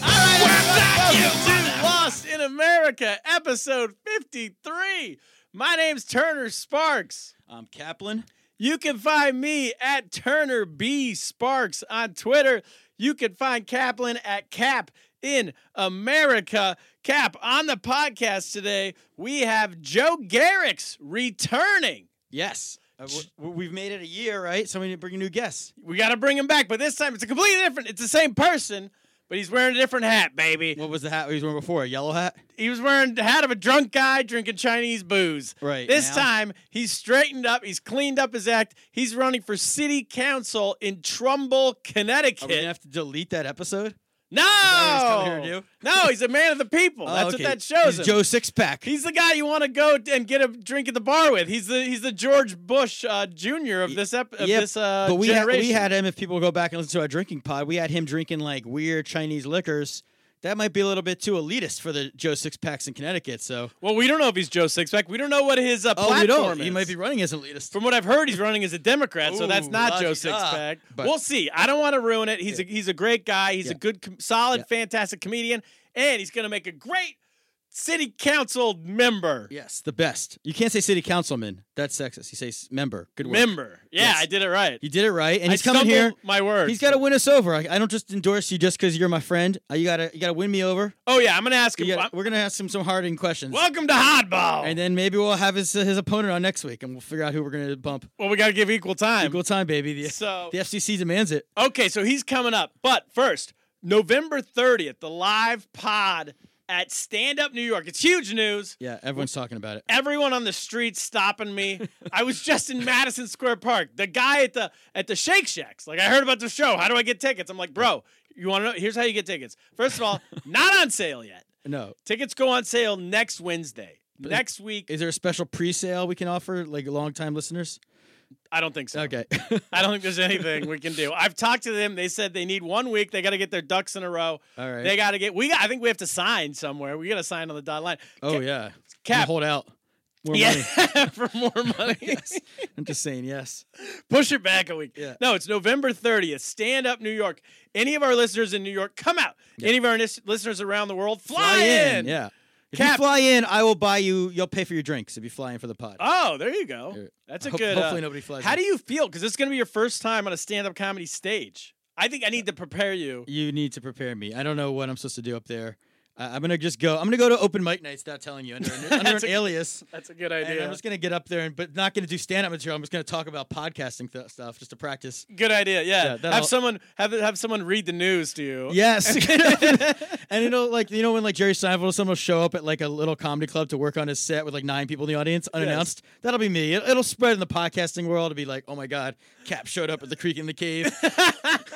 All right, everybody, welcome to Lost in America, episode 53. My name's Turner Sparks. I'm Kaplan. You can find me at Turner B Sparks on Twitter. You can find Kaplan at Cap in America. Cap, on the podcast today, we have Joe Garrick's returning. Yes. Uh, we- We've made it a year, right? So we need to bring a new guest. We got to bring him back, but this time it's a completely different. It's the same person, but he's wearing a different hat, baby. What was the hat he was wearing before? A yellow hat? He was wearing the hat of a drunk guy drinking Chinese booze. Right, This now- time, he's straightened up. He's cleaned up his act. He's running for city council in Trumbull, Are we Connecticut. gonna have to delete that episode? No, what he's coming here to do? no, he's a man of the people. Oh, That's okay. what that shows He's him. Joe Sixpack. he's the guy you want to go d- and get a drink at the bar with. He's the he's the George Bush uh, Jr. of this ep- of Yep, this uh, but we had, generation. we had him. If people go back and listen to our drinking pod, we had him drinking like weird Chinese liquors. That might be a little bit too elitist for the Joe Sixpacks in Connecticut. So, well, we don't know if he's Joe Sixpack. We don't know what his uh, oh, platform we don't. is. He might be running as elitist. From what I've heard, he's running as a Democrat, so that's Ooh, not Joe la-di-da. Sixpack. But- we'll see. I don't want to ruin it. He's a he's a great guy. He's a good, com- solid, fantastic comedian, and he's going to make a great city council member. yes, the best. You can't say city councilman. That's sexist. You say s- member. Good work. Member. Yeah, Yes. I did it right. You did it right, and I he's coming here. stumbled My word. He's got to win us over. I, I don't just endorse you just because you're my friend. Uh, You gotta, you gotta win me over. Oh yeah, I'm going to ask him. You gotta- I'm- we're gonna ask him some hard-hitting questions, Welcome to Hardball. and then maybe we'll have his his opponent on next week, and we'll figure out who we're gonna bump. well, we got to give equal time. Equal time, baby. The, So- the FCC demands it. Okay, so he's coming up. But first, November 30th, the live pod at Stand Up New York. It's huge news. Yeah, everyone's talking about it. everyone on the street stopping me. I was just in Madison Square Park. The guy at the at the Shake Shacks, like I heard about the show. How do I get tickets? I'm like, bro, you want to know? Here's how you get tickets. First of all, not on sale yet. No, Tickets go on sale next Wednesday. Next week, is there a special pre-sale we can offer, like long-time listeners? Oh, I don't think so. Okay, I don't think there's anything we can do. I've talked to them. They said they need one week. They got to get their ducks in a row. All right. They got to get. We got. I think we have to sign somewhere. We got to sign on the dotted line. oh yeah, Cap. We'll hold out. More yeah, money. for more money. I'm just saying yes. Push it back a week. Yeah. No, it's November 30th. Stand up New York. Any of our listeners in New York, come out. Any of our nis- listeners around the world, fly, in. Yeah. If Cap. you fly in, I will buy you. You'll pay for your drinks if you fly in for the pod. Oh, there you go. Yeah. That's a Ho- good. uh, hopefully nobody flies How in. do you feel? Because it's going to be your first time on a stand up comedy stage. I think I need to prepare you. You need to prepare me. I don't know what I'm supposed to do up there. I I'm gonna just go. I'm gonna go to open mic nights without telling you under, an- under That's an a- alias. That's a good And idea. I'm just gonna get up there and but not gonna do stand up material. I'm just gonna talk about podcasting th- stuff just to practice. Good idea. Yeah, Yeah. have that'll- someone have have someone read the news to you. Yes. and it'll like you know when like Jerry Seinfeld or someone will show up at like a little comedy club to work on his set with like nine people in the audience unannounced. That'll be me. It, it'll spread in the podcasting world. It'll be like, oh my god, Cap showed up at the creek in the cave.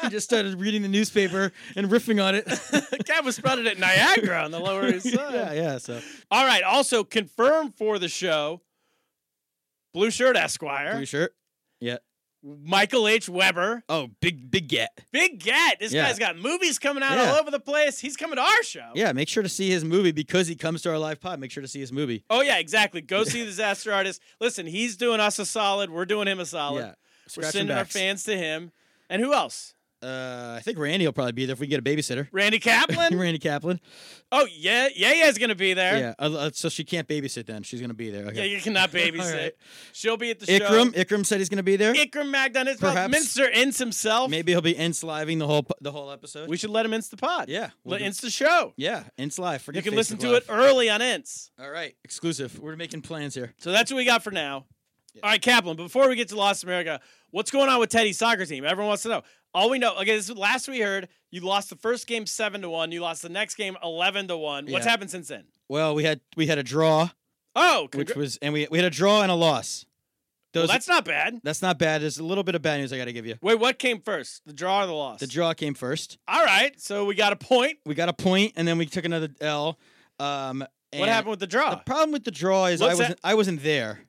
he just started reading the newspaper and riffing on it. The cat was spotted at Niagara on the Lower East Side. yeah, yeah. So All right. Also confirmed for the show, Blue Shirt Esquire. blue shirt. Yeah. Michael H. Weber. Oh, big big get. Big Get. This Yeah. guy's got movies coming out Yeah. all over the place. He's coming to our show. Yeah, make sure to see his movie because he comes to our live pod. Make sure to see his movie. Oh yeah, exactly. Go see Disaster Artist. Listen, he's doing us a solid. We're doing him a solid. Yeah. We're Scratch and sending our backs. fans to him. And who else? Uh, I think Randy will probably be there if we get a babysitter. Randy Kaplan. Randy Kaplan. oh yeah, yeah, yeah. Is gonna be there. Yeah. uh, uh, so she can't babysit then. She's gonna be there. Yeah, Okay. you cannot babysit. right. She'll be at the Ikram. Ikram said he's gonna be there. show. Ikram Magdan is Perhaps. Minster ints himself. Maybe he'll be ints living the whole po- the whole episode. we should let him ints the pod. Yeah, we'll let do- ints the show. yeah, ints live. You Forget can Facebook listen to Live. it early on ints. All right, exclusive. We're making plans here. So that's what we got for now. All right, Kaplan, before we get to Lost America, what's going on with Teddy's soccer team? Everyone wants to know. All we know, okay, this is last we heard, you lost the first game 7 to 1, you lost the next game 11 to 1. What's Yeah. happened since then? Well, we had we had a draw, Oh, which congr- was and we we had a draw and a loss. well, Those that's not bad. that's not bad. There's a little bit of bad news I got to give you. Wait, what came first? The draw or the loss? The draw came first. All right, so we got a point. We got a point, and then we took another L. Um, what and happened with the The draw? problem with the draw is I What's that? wasn't I wasn't there.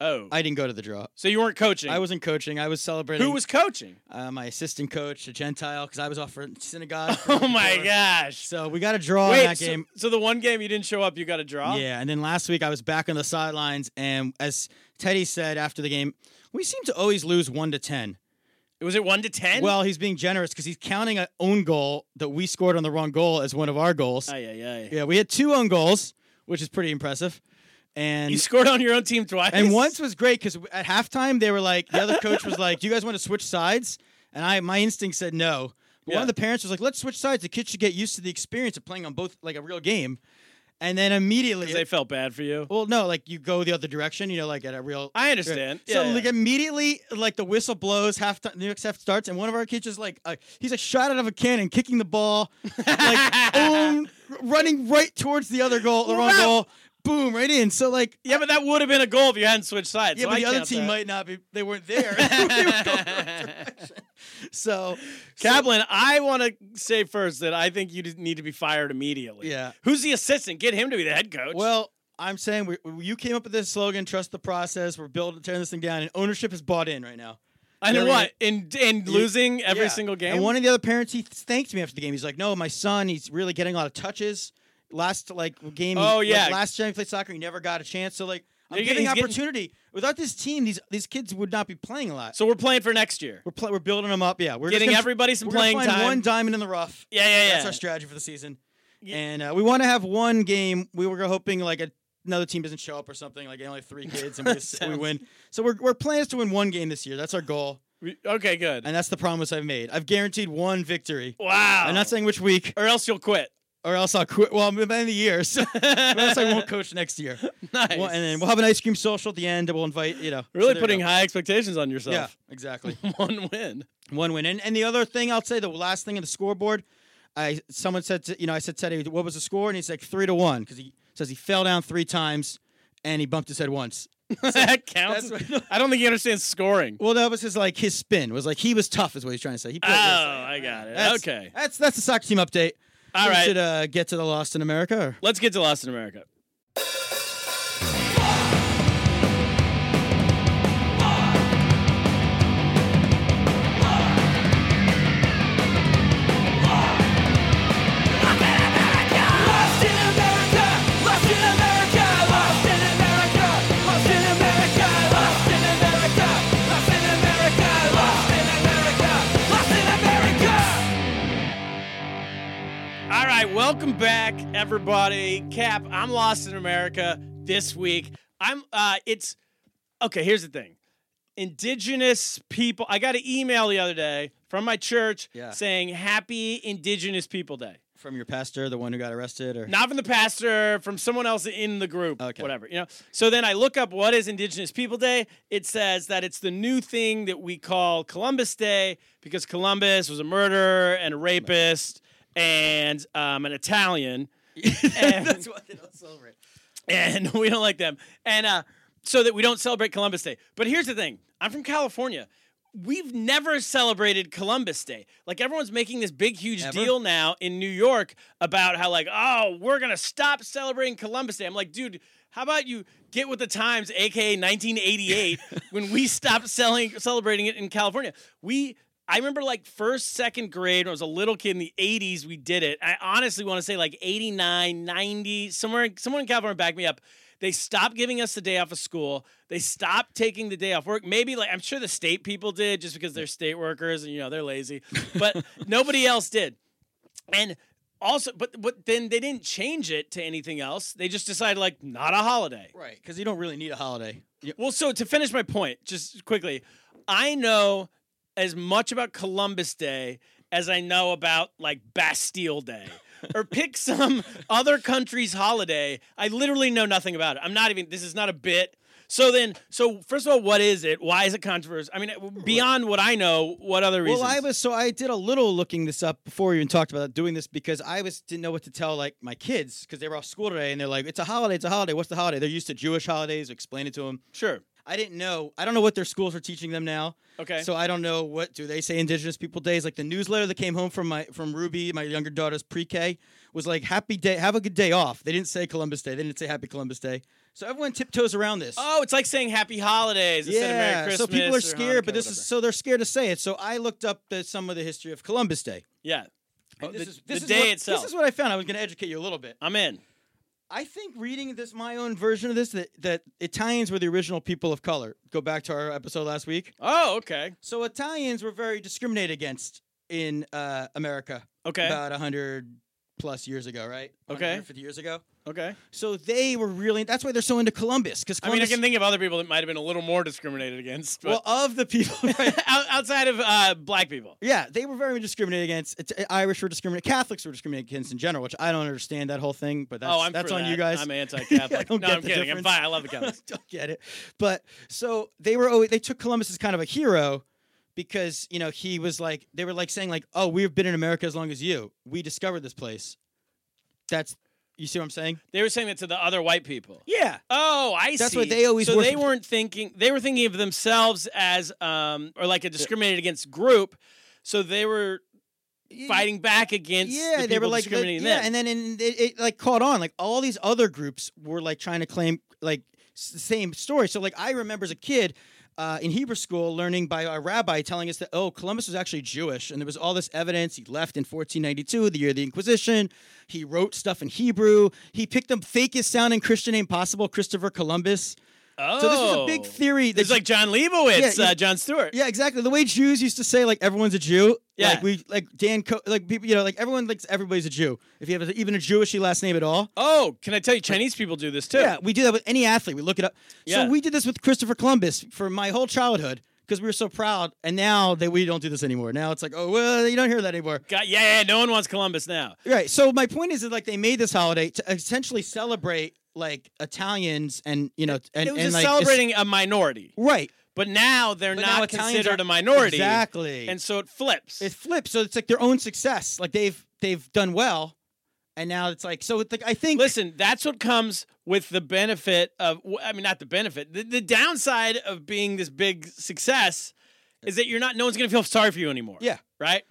oh. I didn't go to the draw. so you weren't coaching. I wasn't coaching. I was celebrating. Who was coaching? uh, my assistant coach, a Gentile, because I was off for synagogue. for Oh Yom my Kippur. gosh. So we got a draw in Wait, that so, game. so the one game you didn't show up, you got a draw? Yeah, and then last week I was back on the sidelines, and as Teddy said after the game, we seem to always lose one to ten. Was it 1 to 10? Well, he's being generous because he's counting an own goal that we scored on the wrong goal as one of our goals. Ay, ay, ay. yeah, we had two own goals, which is pretty impressive. And You scored on your own team twice. and once was great because at halftime they were like, the other coach was like, "Do you guys want to switch sides?" And I, my instinct said no. But One Yeah. of the parents was like, "Let's switch sides. The kids should get used to the experience of playing on both like a real game." And then immediately, they felt bad for you. well, no, like you go the other direction, you know, like at a real. I understand. So Yeah, yeah. like immediately, like the whistle blows, half time, the next half starts, and one of our kids is like, uh, he's like shot out of a cannon, kicking the ball, like boom, running right towards the other goal, the wrong Wow. goal, boom, right in. So like, Yeah, but that would have been a goal if you hadn't switched sides. yeah, so but I the other count team that. might not be. They weren't there. They were going the wrong direction. so, Kaplan, I want to say first that I think you just need to be fired immediately. Yeah. Who's the assistant? Get him to be the head coach. well, I'm saying we, you came up with this slogan: "Trust the process." We're building, tearing this thing down, and ownership is bought in right now. and then really- what? In in losing every Yeah. single game. And one of the other parents, he thanked me after the game. He's like, "No, my son, he's really getting a lot of touches. Last like game, he- Oh, like, yeah. last time he played soccer, he never got a chance. So like, I'm He's giving getting- opportunity. Without this team, these these kids would not be playing a lot. so we're playing for next year. we're pl- we're building them up. Yeah, we're just Getting gonna- everybody some we're gonna playing find time. One diamond in the rough. Yeah, yeah, yeah. That's our strategy for the season. And uh, we want to have one game. We were hoping like a, another team doesn't show up or something. Like they only have three kids and we, just, we win. So we're we're planning to win one game this year. That's our goal, We- okay, good. and that's the promise I've made. I've guaranteed one victory. wow. I'm not saying which week, or else you'll quit. or else I'll quit. Well, I'm at the end of the year, so or else I won't coach next year. Nice. Well, and then we'll have an ice cream social at the end. and We'll invite you know. so really there you putting go. high expectations on Yeah, yourself. exactly. one win. One win. And, and the other thing I'll say, the last thing in the scoreboard, I someone said, to, you know, I said, Teddy, what was the score? And he's like, three to one, because he says he fell down three times and he bumped his head once. that counts. that's what- I don't think he understands scoring. Well, that was his like his spin was like he was tough, is what he's trying to say. He Oh, played really- I got it. That's- okay. That's that's the soccer team update. All we right. should uh, get to the Lost in America. Or? Let's get to Lost in America. All right, welcome back, everybody. Cap, I'm lost in America this week. I'm. Uh, it's okay. Here's the thing: Indigenous people. I got an email the other day from my church Yeah. saying Happy Indigenous People Day. From your pastor, the one who got arrested, or Not from the pastor, from someone else in the group, Okay. whatever. You know. So then I look up what is Indigenous People Day. It says that it's the new thing that we call Columbus Day because Columbus was a murderer and a rapist and um, an Italian. And- what they don't celebrate. and we don't like them. And uh, so that we don't celebrate Columbus Day. But here's the thing I'm from California. We've never celebrated Columbus Day. Like everyone's making this big, huge Ever? deal now in New York about how, like, oh, we're going to stop celebrating Columbus Day. I'm like, dude, How about you get with the times, aka 1988, when we stopped selling celebrating it in California? We I remember like first, second grade when I was a little kid in the 80s, we did it. I honestly want to say like 89, 90, somewhere someone in California back me up. They stopped giving us the day off of school. They stopped taking the day off work. Maybe like I'm sure the state people did just because they're state workers and you know they're lazy. But nobody else did. And also, but but then they didn't change it to anything else. They just decided like not a holiday. Right, because you don't really need a holiday. You- Well, so to finish my point, just quickly, I know as much about Columbus Day as I know about like Bastille Day. or pick some other country's holiday. I literally know nothing about it. I'm not even this is not a bit. So then, so first of all, what is it? Why is it controversial? I mean, uh, beyond what I know, what other reasons? Well, I was so I did a little looking this up before we even talked about doing this because I was didn't know what to tell like my kids because they were off school today and they're like, "It's a holiday, it's a holiday. What's the holiday?" They're used to Jewish holidays. Explain it to them. sure. I didn't know. I don't know what their schools are teaching them now. Okay. So I don't know what do they say Indigenous People Days. Like the newsletter that came home from my from Ruby, my younger daughter's pre-K, was like Happy Day, have a good day off. They didn't say Columbus Day. They didn't say Happy Columbus Day. So everyone tiptoes around this. Oh, it's like saying Happy Holidays instead of Merry Christmas. so people or are scared, Hanukkah, but this whatever. is so they're scared to say it. So I looked up the, some of the history of Columbus Day. yeah. Oh, And the, the is day what- itself. This is what I found. I was going to educate you a little bit. I'm in. I think reading this, my own version of this, that, that Italians were the original people of color. Go back to our episode last week. Oh, okay. So Italians were very discriminated against in uh, America Okay. about 100 plus years ago, right? Okay. 50 years ago. Okay. So they were really, that's why they're so into Columbus. Because I mean, I Columbus, can think of other people that might have been a little more discriminated against. well, But of the people, right? out- outside of uh, black people. Yeah, they were very discriminated against. It's, uh, Irish were discriminated. Catholics were discriminated against in general, which I don't understand that whole thing. But that's, oh, I'm that's for on that. you guys. I'm I anti-Catholic. no, don't get I'm the kidding. I'm difference. fine. I love the I Catholics. don't get it. But so they were always they took Columbus as kind of a hero because you know he was like they were like saying like oh we've been in America as long as you we discovered this place. That's you see what I'm saying? they were saying that to the other white people. Yeah. Oh, I see. That's what they always So they worship- weren't thinking. They were thinking of themselves as, um, or like a discriminated against group. So they were fighting back against. Yeah, the they were people like discriminating yeah, them. and then and it, it like caught on. Like all these other groups were like trying to claim like s- the same story. So like I remember as a kid. Uh, in Hebrew school, learning by our rabbi telling us that oh, Columbus was actually Jewish, and there was all this evidence. He left in 1492, the year of the Inquisition. He wrote stuff in Hebrew. He picked the fakest sounding Christian name possible, Christopher Columbus. oh, So this was a big theory. that It's like John Leibowitz, Yeah, uh, John Stewart. yeah, exactly. The way Jews used to say, like everyone's a Jew. Yeah. Like we, like Dan, Co- like people, you know, like everyone thinks everybody's a Jew. If you have a, even a Jewishy last name at all. Oh, can I tell you, Chinese people do this too. Yeah, we do that with any athlete. We look it up. Yeah. So we did this with Christopher Columbus for my whole childhood because we were so proud. And now that we don't do this anymore. Now it's like, oh well, you don't hear that anymore. God, yeah, yeah, no one wants Columbus now. Right. So my point is that like they made this holiday to essentially celebrate like Italians and you know and it was and, just like, it's- celebrating a minority, Right. but now they're But not now Italians considered are- a minority. Exactly. and so it flips. it flips. So it's like their own success. Like they've they've done well, and now it's like so. It's like I think Listen, that's what comes with the benefit of. w- I mean, not the benefit. The, the downside of being this big success is that you're not. No one's gonna feel sorry for you anymore. Yeah. Right.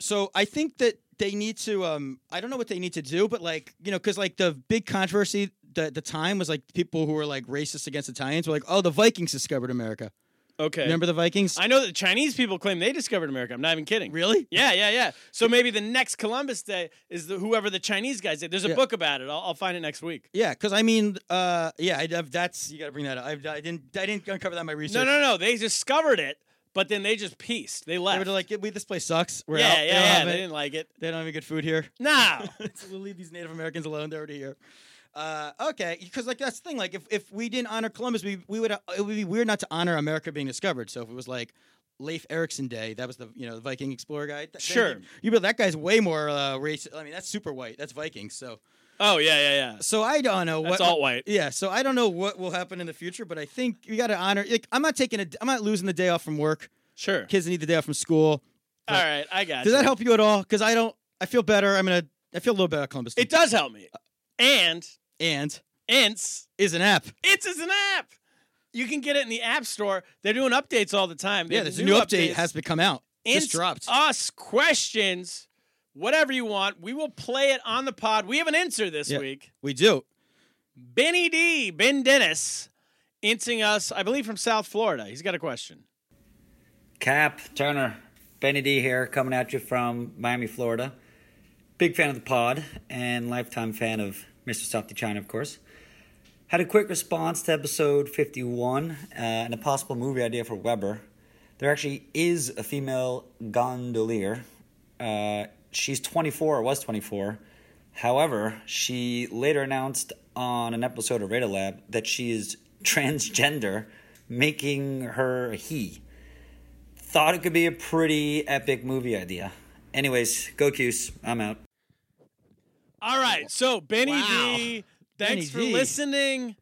so. I think that they need to. Um, I don't know what they need to do, but like you know, because like the big controversy at the time was like people who were like racist against Italians were like, oh, the Vikings discovered America. Okay. Remember the Vikings? I know that Chinese people claim they discovered America. I'm not even kidding. really? Yeah, yeah, yeah. So maybe the next Columbus Day is the whoever the Chinese guys did. There's a Yeah. book about it. I'll, I'll find it next week. Yeah, because I mean, uh, yeah, I, I've- that's you got to bring that up. I, I didn't, I didn't uncover that in my research. No, no, no. They discovered it, but then they just pieced. They They left. were like, we this place sucks. We're yeah, out. yeah, They yeah. don't have They it. didn't like it. They don't have any good food here. No. So we'll leave these Native Americans alone. They're already here. Uh, okay, because like that's the thing. Like if, if we didn't honor Columbus, we we would it would be weird not to honor America being discovered. So if it was like Leif Erikson Day, that was the you know the Viking explorer guy. th- then Sure. you- you but that guy's way more uh, racist. I mean, that's super white. That's Viking. So oh yeah, yeah, yeah. so I don't know That's what alt white. Yeah, so I don't know what will happen in the future, but I think we got to honor. Like, I'm not taking a. I'm not losing the day off from work. Sure. Kids need the day off from school. All right, I got. Does you. that help you at all? Because I don't. I feel better. I'm gonna. I feel a little better about Columbus. Day. It does help me. And And Ints, is an app. Ints is an app. You can get it in the App Store. They're doing updates all the time. They Yeah, have there's a new update updates. has been come out. Just Ints dropped. Us questions, whatever you want. We will play it on the pod. We have an answer this Yeah. week. we do. Benny D, Ben Dennis, inting us, I believe, from South Florida. He's got a question. Cap Turner, Benny D here, coming at you from Miami, Florida. Big fan of the pod and lifetime fan of Mr. Stop the China, of course. Had a quick response to episode 51 uh, and a possible movie idea for Weber. There actually is a female gondolier. Uh, she's 24, or was 24. However, she later announced on an episode of Radar Lab that she is transgender, making her a he thought it could be a pretty epic movie idea. Anyways, go Cuse. I'm out. All right. So Benny D, Benny thanks for D. listening.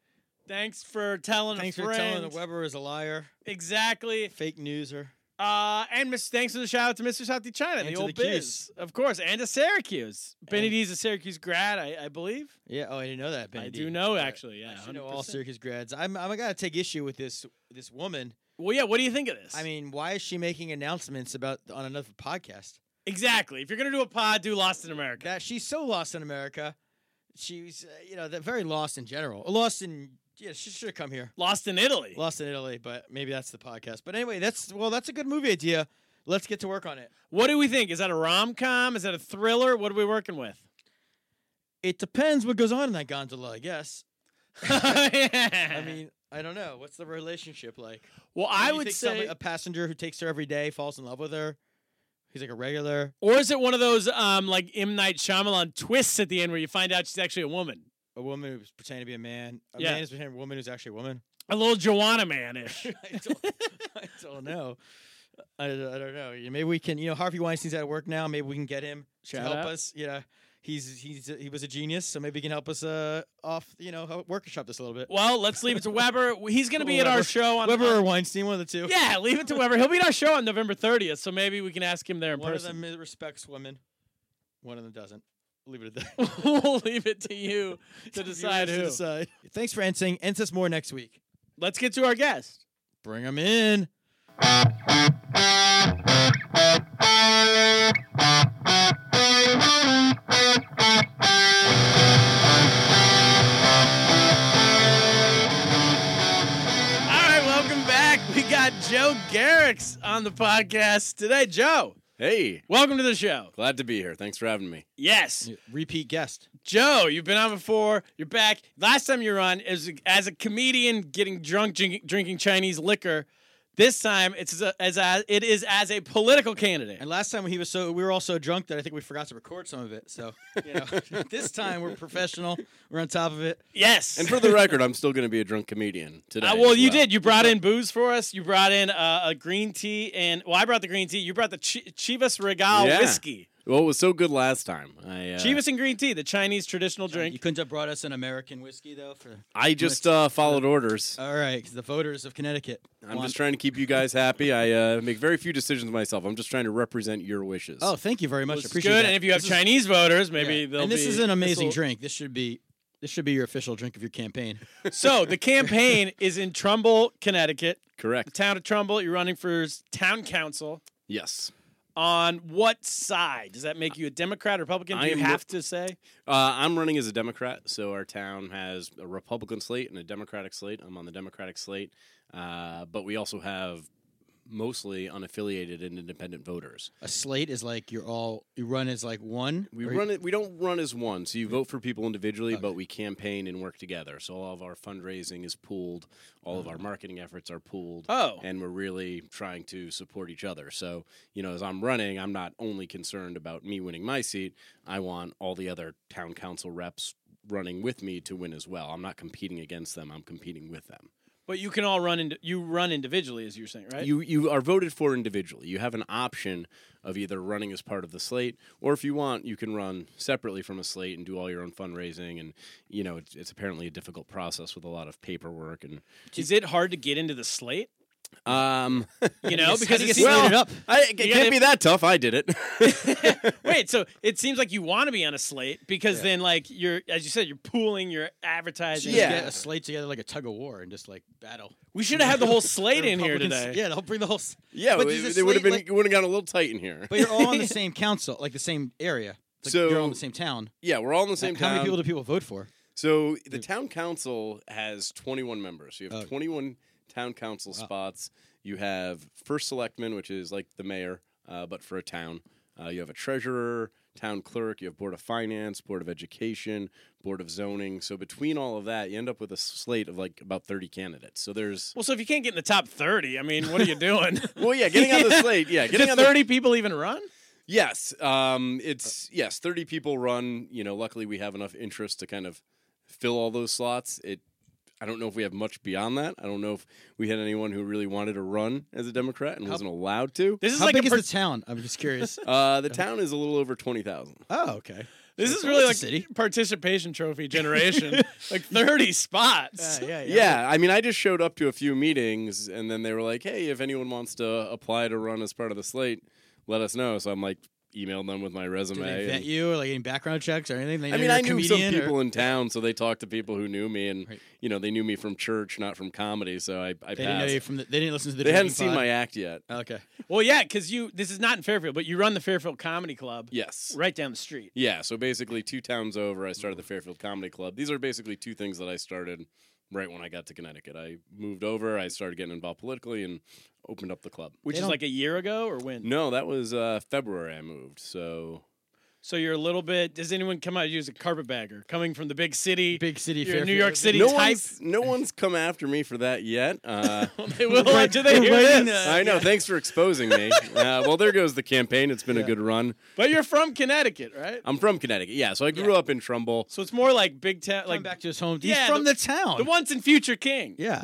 Thanks for telling Thanks a for friend. telling that Weber is a liar, Exactly. fake newser. Uh, and miss, thanks for the shout out to Mr. South China, And the to old the biz, of course, and to Syracuse. Benny D's a Syracuse grad, I, I believe. Yeah. Oh, I didn't know that. Benny I D. do know, Yeah. actually. Yeah, I should know all 100%. Syracuse grads. I'm. I'm gonna take issue with this. This woman. Well, yeah. What do you think of this? I mean, why is she making announcements about on another podcast? exactly. If you're gonna do a pod, do Lost in America. That she's so lost in America. She's, uh, you know, that very lost in general. Lost in. Yeah, she should have come here. Lost in Italy. Lost in Italy, but maybe that's the podcast. But anyway, that's well, that's a good movie idea. Let's get to work on it. what do we think? Is that a rom com? Is that a thriller? What are we working with? It depends what goes on in that gondola, I guess. I I mean, I don't know. What's the relationship like? well, I Do you would think say, somebody- a passenger who takes her every day falls in love with her. He's like a regular. or is it one of those um like M Night Shyamalan twists at the end where you find out she's actually a woman, A woman who's pretending to be a man. A Yeah. man is pretending to be a woman who's actually a woman. a little Joanna man ish? I don't, I don't know. I, I don't know. You- Maybe we can. You know, Harvey Weinstein's out of work now. Maybe we can get him Shout to help out. us. You know, he's he's he was a genius, so maybe he can help us uh off. You know, help workshop this a little bit. Well, let's leave it to Weber. He's going to be at our Weber. show on Weber or Weinstein, one of the two. Yeah, leave it to Weber. He'll be at our show on November 30th, so maybe we can ask him there in One of person. them respects women. One of them doesn't. Leave it at that. we'll leave it to you to Viewers decide to who. decide. Thanks for answering. Answer us more next week. Let's get to our guest. Bring them in. All right, welcome back. We got Joe Garrix on the podcast today. Joe, Hey, welcome to the show. glad to be here. Thanks for having me. Yes, Repeat guest. Joe, you've been on before. You're back. Last time you were on is as a comedian getting drunk drink, drinking Chinese liquor. This time it's as a, as a it is as a political candidate. And last time he was so we were all so drunk that I think we forgot to record some of it. So you know, this time we're professional. We're on top of it. Yes. And for the record, I'm still going to be a drunk comedian today. Uh, well, as you did. You brought in booze for us. You brought in uh, a green tea, and well, I brought the green tea. You brought the Ch- Chivas Regal Yeah. whiskey. Well, it was so good last time. I uh, Chivas and green tea, the Chinese traditional You drink. couldn't have brought us an American whiskey though. For I just uh, followed orders. all right, 'cause the voters of Connecticut. I'm want- just trying to keep you guys happy. I uh, make very few decisions myself. I'm just trying to represent your wishes. Oh, thank you very much. It's Appreciate good. that. And if you have This is- Chinese voters, maybe yeah. they'll. and this be- is an amazing this'll- drink. This should be this should be your official drink of your campaign. So the campaign is in Trumbull, Connecticut, the correct. town of Trumbull. You're running for s- town council. Yes. On what side does that make you a Democrat, Republican? Do I you am have to say? Uh, I'm running as a Democrat, so our town has a Republican slate and a Democratic slate. I'm on the Democratic slate, uh, but we also have mostly unaffiliated and independent voters. A slate is like you're all you run as like one. We or you- run it. We don't run as one. So you vote for people individually, but we campaign and work together. So all of our fundraising is pooled, all of our marketing efforts are pooled. Oh. and we're really trying to support each other. So you know, as I'm running, I'm not only concerned about me winning my seat. I want all the other town council reps running with me to win as well. I'm not competing against them. I'm competing with them. But you can all run. Ind- you run individually, as you're saying, right? You you are voted for individually. You have an option of either running as part of the slate, or if you want, you can run separately from a slate and do all your own fundraising. And you know, it's, it's apparently a difficult process with a lot of paperwork and is it hard to get into the slate? um. You know, because it you get seems- slated up. I, it gotta- can't be that tough. I did it. Wait, so it seems like you want to be on a slate because then, like, you're as you said, you're pooling your advertising. You Yeah. get a slate together like a tug of war and just like battle. we should have had the whole slate The in here Republicans- today. Yeah, they'll bring the whole. s- yeah, But it, does the it would have slate, been like- it would have gotten a little tight in here. But you're all on the same council, like the same area. It's Like you're all in So- the same town. yeah, we're all in the same How town. many people do people vote for? So the town council has 21 members. You have 21 town council spots. You have first selectman, which is like the mayor, uh, but for a town. Uh, you have a treasurer, town clerk. You have board of finance, board of education, board of zoning. So between all of that, you end up with a slate of like about 30 candidates. So there's Well, so if you can't get in the top 30, I mean, what are you doing? well, yeah, getting on the slate, yeah, Getting getting Do on the 30 people even run? Yes, um, it's yes. Thirty people run. You know, luckily we have enough interest to kind of fill all those slots. It. I don't know if we have much beyond that. I don't know if we had anyone who really wanted to run as a Democrat and wasn't allowed to. This is How like a big is per- the town? I'm just curious. Uh, the town is a little over twenty thousand. oh, okay. this is It's really a like city. participation trophy generation. like 30 spots. Uh, yeah, Yeah, I mean, I just showed up to a few meetings, and then they were like, "Hey, if anyone wants to apply to run as part of the slate, let us know." So I'm like, emailed them with my resume. Did they and- vet you or like any background checks or anything? They knew I mean, you're a I knew some comedian or- people in town, so they talked to people who knew me, and Right. you know, they knew me from church, not from comedy. So I, I They didn't know passed. you from the, They didn't listen to the. they hadn't drinking seen my pod. act yet. Okay. Well, yeah, because you, this is not in Fairfield, but you run the Fairfield Comedy Club Yes. right down the street. Yeah. So basically, two towns over, I started the Fairfield Comedy Club. These are basically two things that I started right when I got to Connecticut. I moved over, I started getting involved politically, and opened up the club. Which They is don't- like a year ago or when? No, that was uh, February I moved. So So you're a little bit. Does anyone come out and use a carpetbagger coming from the big city? Big city You're a New Fairfield. York City no type. one's no one's come after me for that yet. Uh, They will after they hear waiting, this. uh, I know. Thanks for exposing me. Uh, well, there goes the campaign. It's been a good run. But you're from Connecticut, right? I'm from Connecticut. Yeah, so I grew up in Trumble. So it's more like big town, Like like back to his home. Yeah, He's from the- the, town. the once and future king. yeah.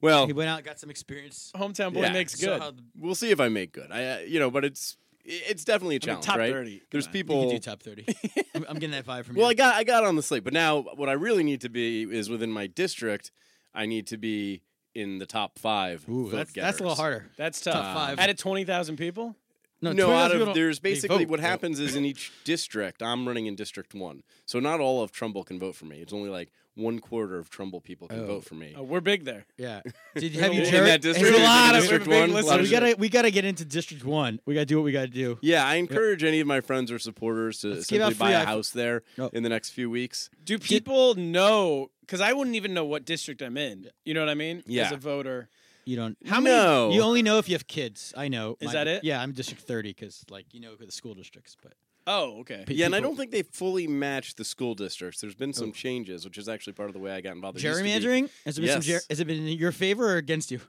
Well, He went out, got some experience. Hometown boy Yeah, makes saw good. how the- we'll see if I make good. I, uh, you know, but it's it's definitely a challenge, top right? 30, come There's on. You can people. do top thirty. I'm, I'm getting that vibe from you. Well, I got I got on the slate, but now what I really need to be is within my district. I need to be in the top five. Ooh, that's, that's a little harder. That's tough. Top five. Out of twenty thousand people, No, 20,000 out people of don't- there's they basically vote. what Yeah. happens is in each district. I'm running in District One, so not all of Trumbull can vote for me. It's only like one quarter of Trumbull people Oh. can vote for me. Uh, we're big there. Yeah. Did have you in jerked? that district, There's a in lot of- District we have a One. big a list lot of of we gotta we gotta get into District One. We gotta do what we gotta do. Yeah, I encourage any of my friends or supporters to give simply out buy free a iPhone- Oh. house there No. in the next few weeks. Do people know? Because I wouldn't even know what district I'm in. You know what I mean? As Yeah. a voter, You don't. how no. You only know if you have kids. I know. Is My- that it? Yeah, I'm District Thirty because like you know the school districts, but many? Oh, okay. pe- yeah, and I people- Oh. don't think they fully match the school districts. There's been some changes, which is actually part of the way I got involved. Oh, There used to be- gerrymandering has it been some ger- Yes. has it been in your favor or against you?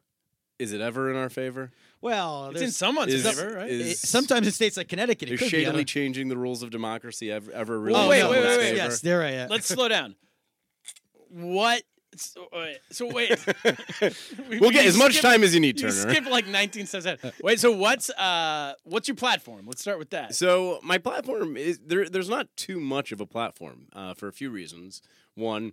is it ever in our favor? Well, It's there's- in someone's Is- favor, right? is- it- sometimes in states like Connecticut, it Is could be, I don't shadily know. changing the rules of democracy ever, ever really? Oh, in wait, no, wait, someone's wait, it's- wait. favor? Yes, there I am. Let's slow down. What? So wait. So wait. We- We'll we- get you as much skip- time as you need, You Turner. skip like 19 steps ahead. Wait. So what's uh what's your platform? Let's start with that. So my platform is there. There's not too much of a platform uh, for a few reasons. One,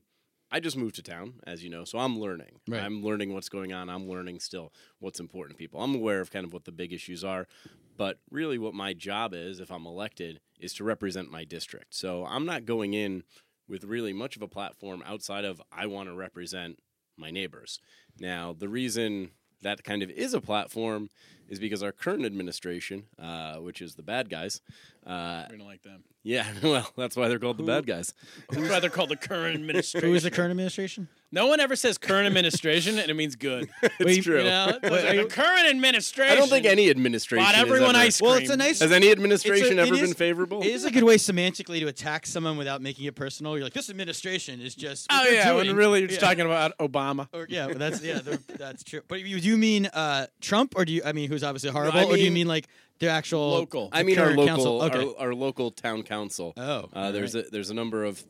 I just moved to town, as you know, so I'm learning. Right. I'm learning what's going on. I'm learning still what's important to people. I'm aware of kind of what the big issues are, but really, what my job is, if I'm elected, is to represent my district. So I'm not going in with really much of a platform outside of I want to represent my neighbors. Now, the reason that kind of is a platform is because our current administration, uh, which is the bad guys, uh, We're gonna like them. yeah, well, that's why they're called the bad guys. That's why they're called the current Who is administration. the current administration? no one ever says current administration and it means good. It's true. You know? It's like, the current administration. I don't think any administration bought has everyone ever- ice cream. Well, it's a nice. Has any administration it ever is- been favorable? It is a good way semantically to attack someone without making it personal. You're like, this administration is just. Oh what they're yeah, when doing." really you're just talking about Obama. Or, yeah, well, that's yeah, they're- that's true. But you, do you mean uh, Trump, or do you? I mean, who's obviously horrible, or do you mean- mean like the actual Local. I mean, our current local, council? Okay. our, our local town council. Oh, uh, there's a, there's a number of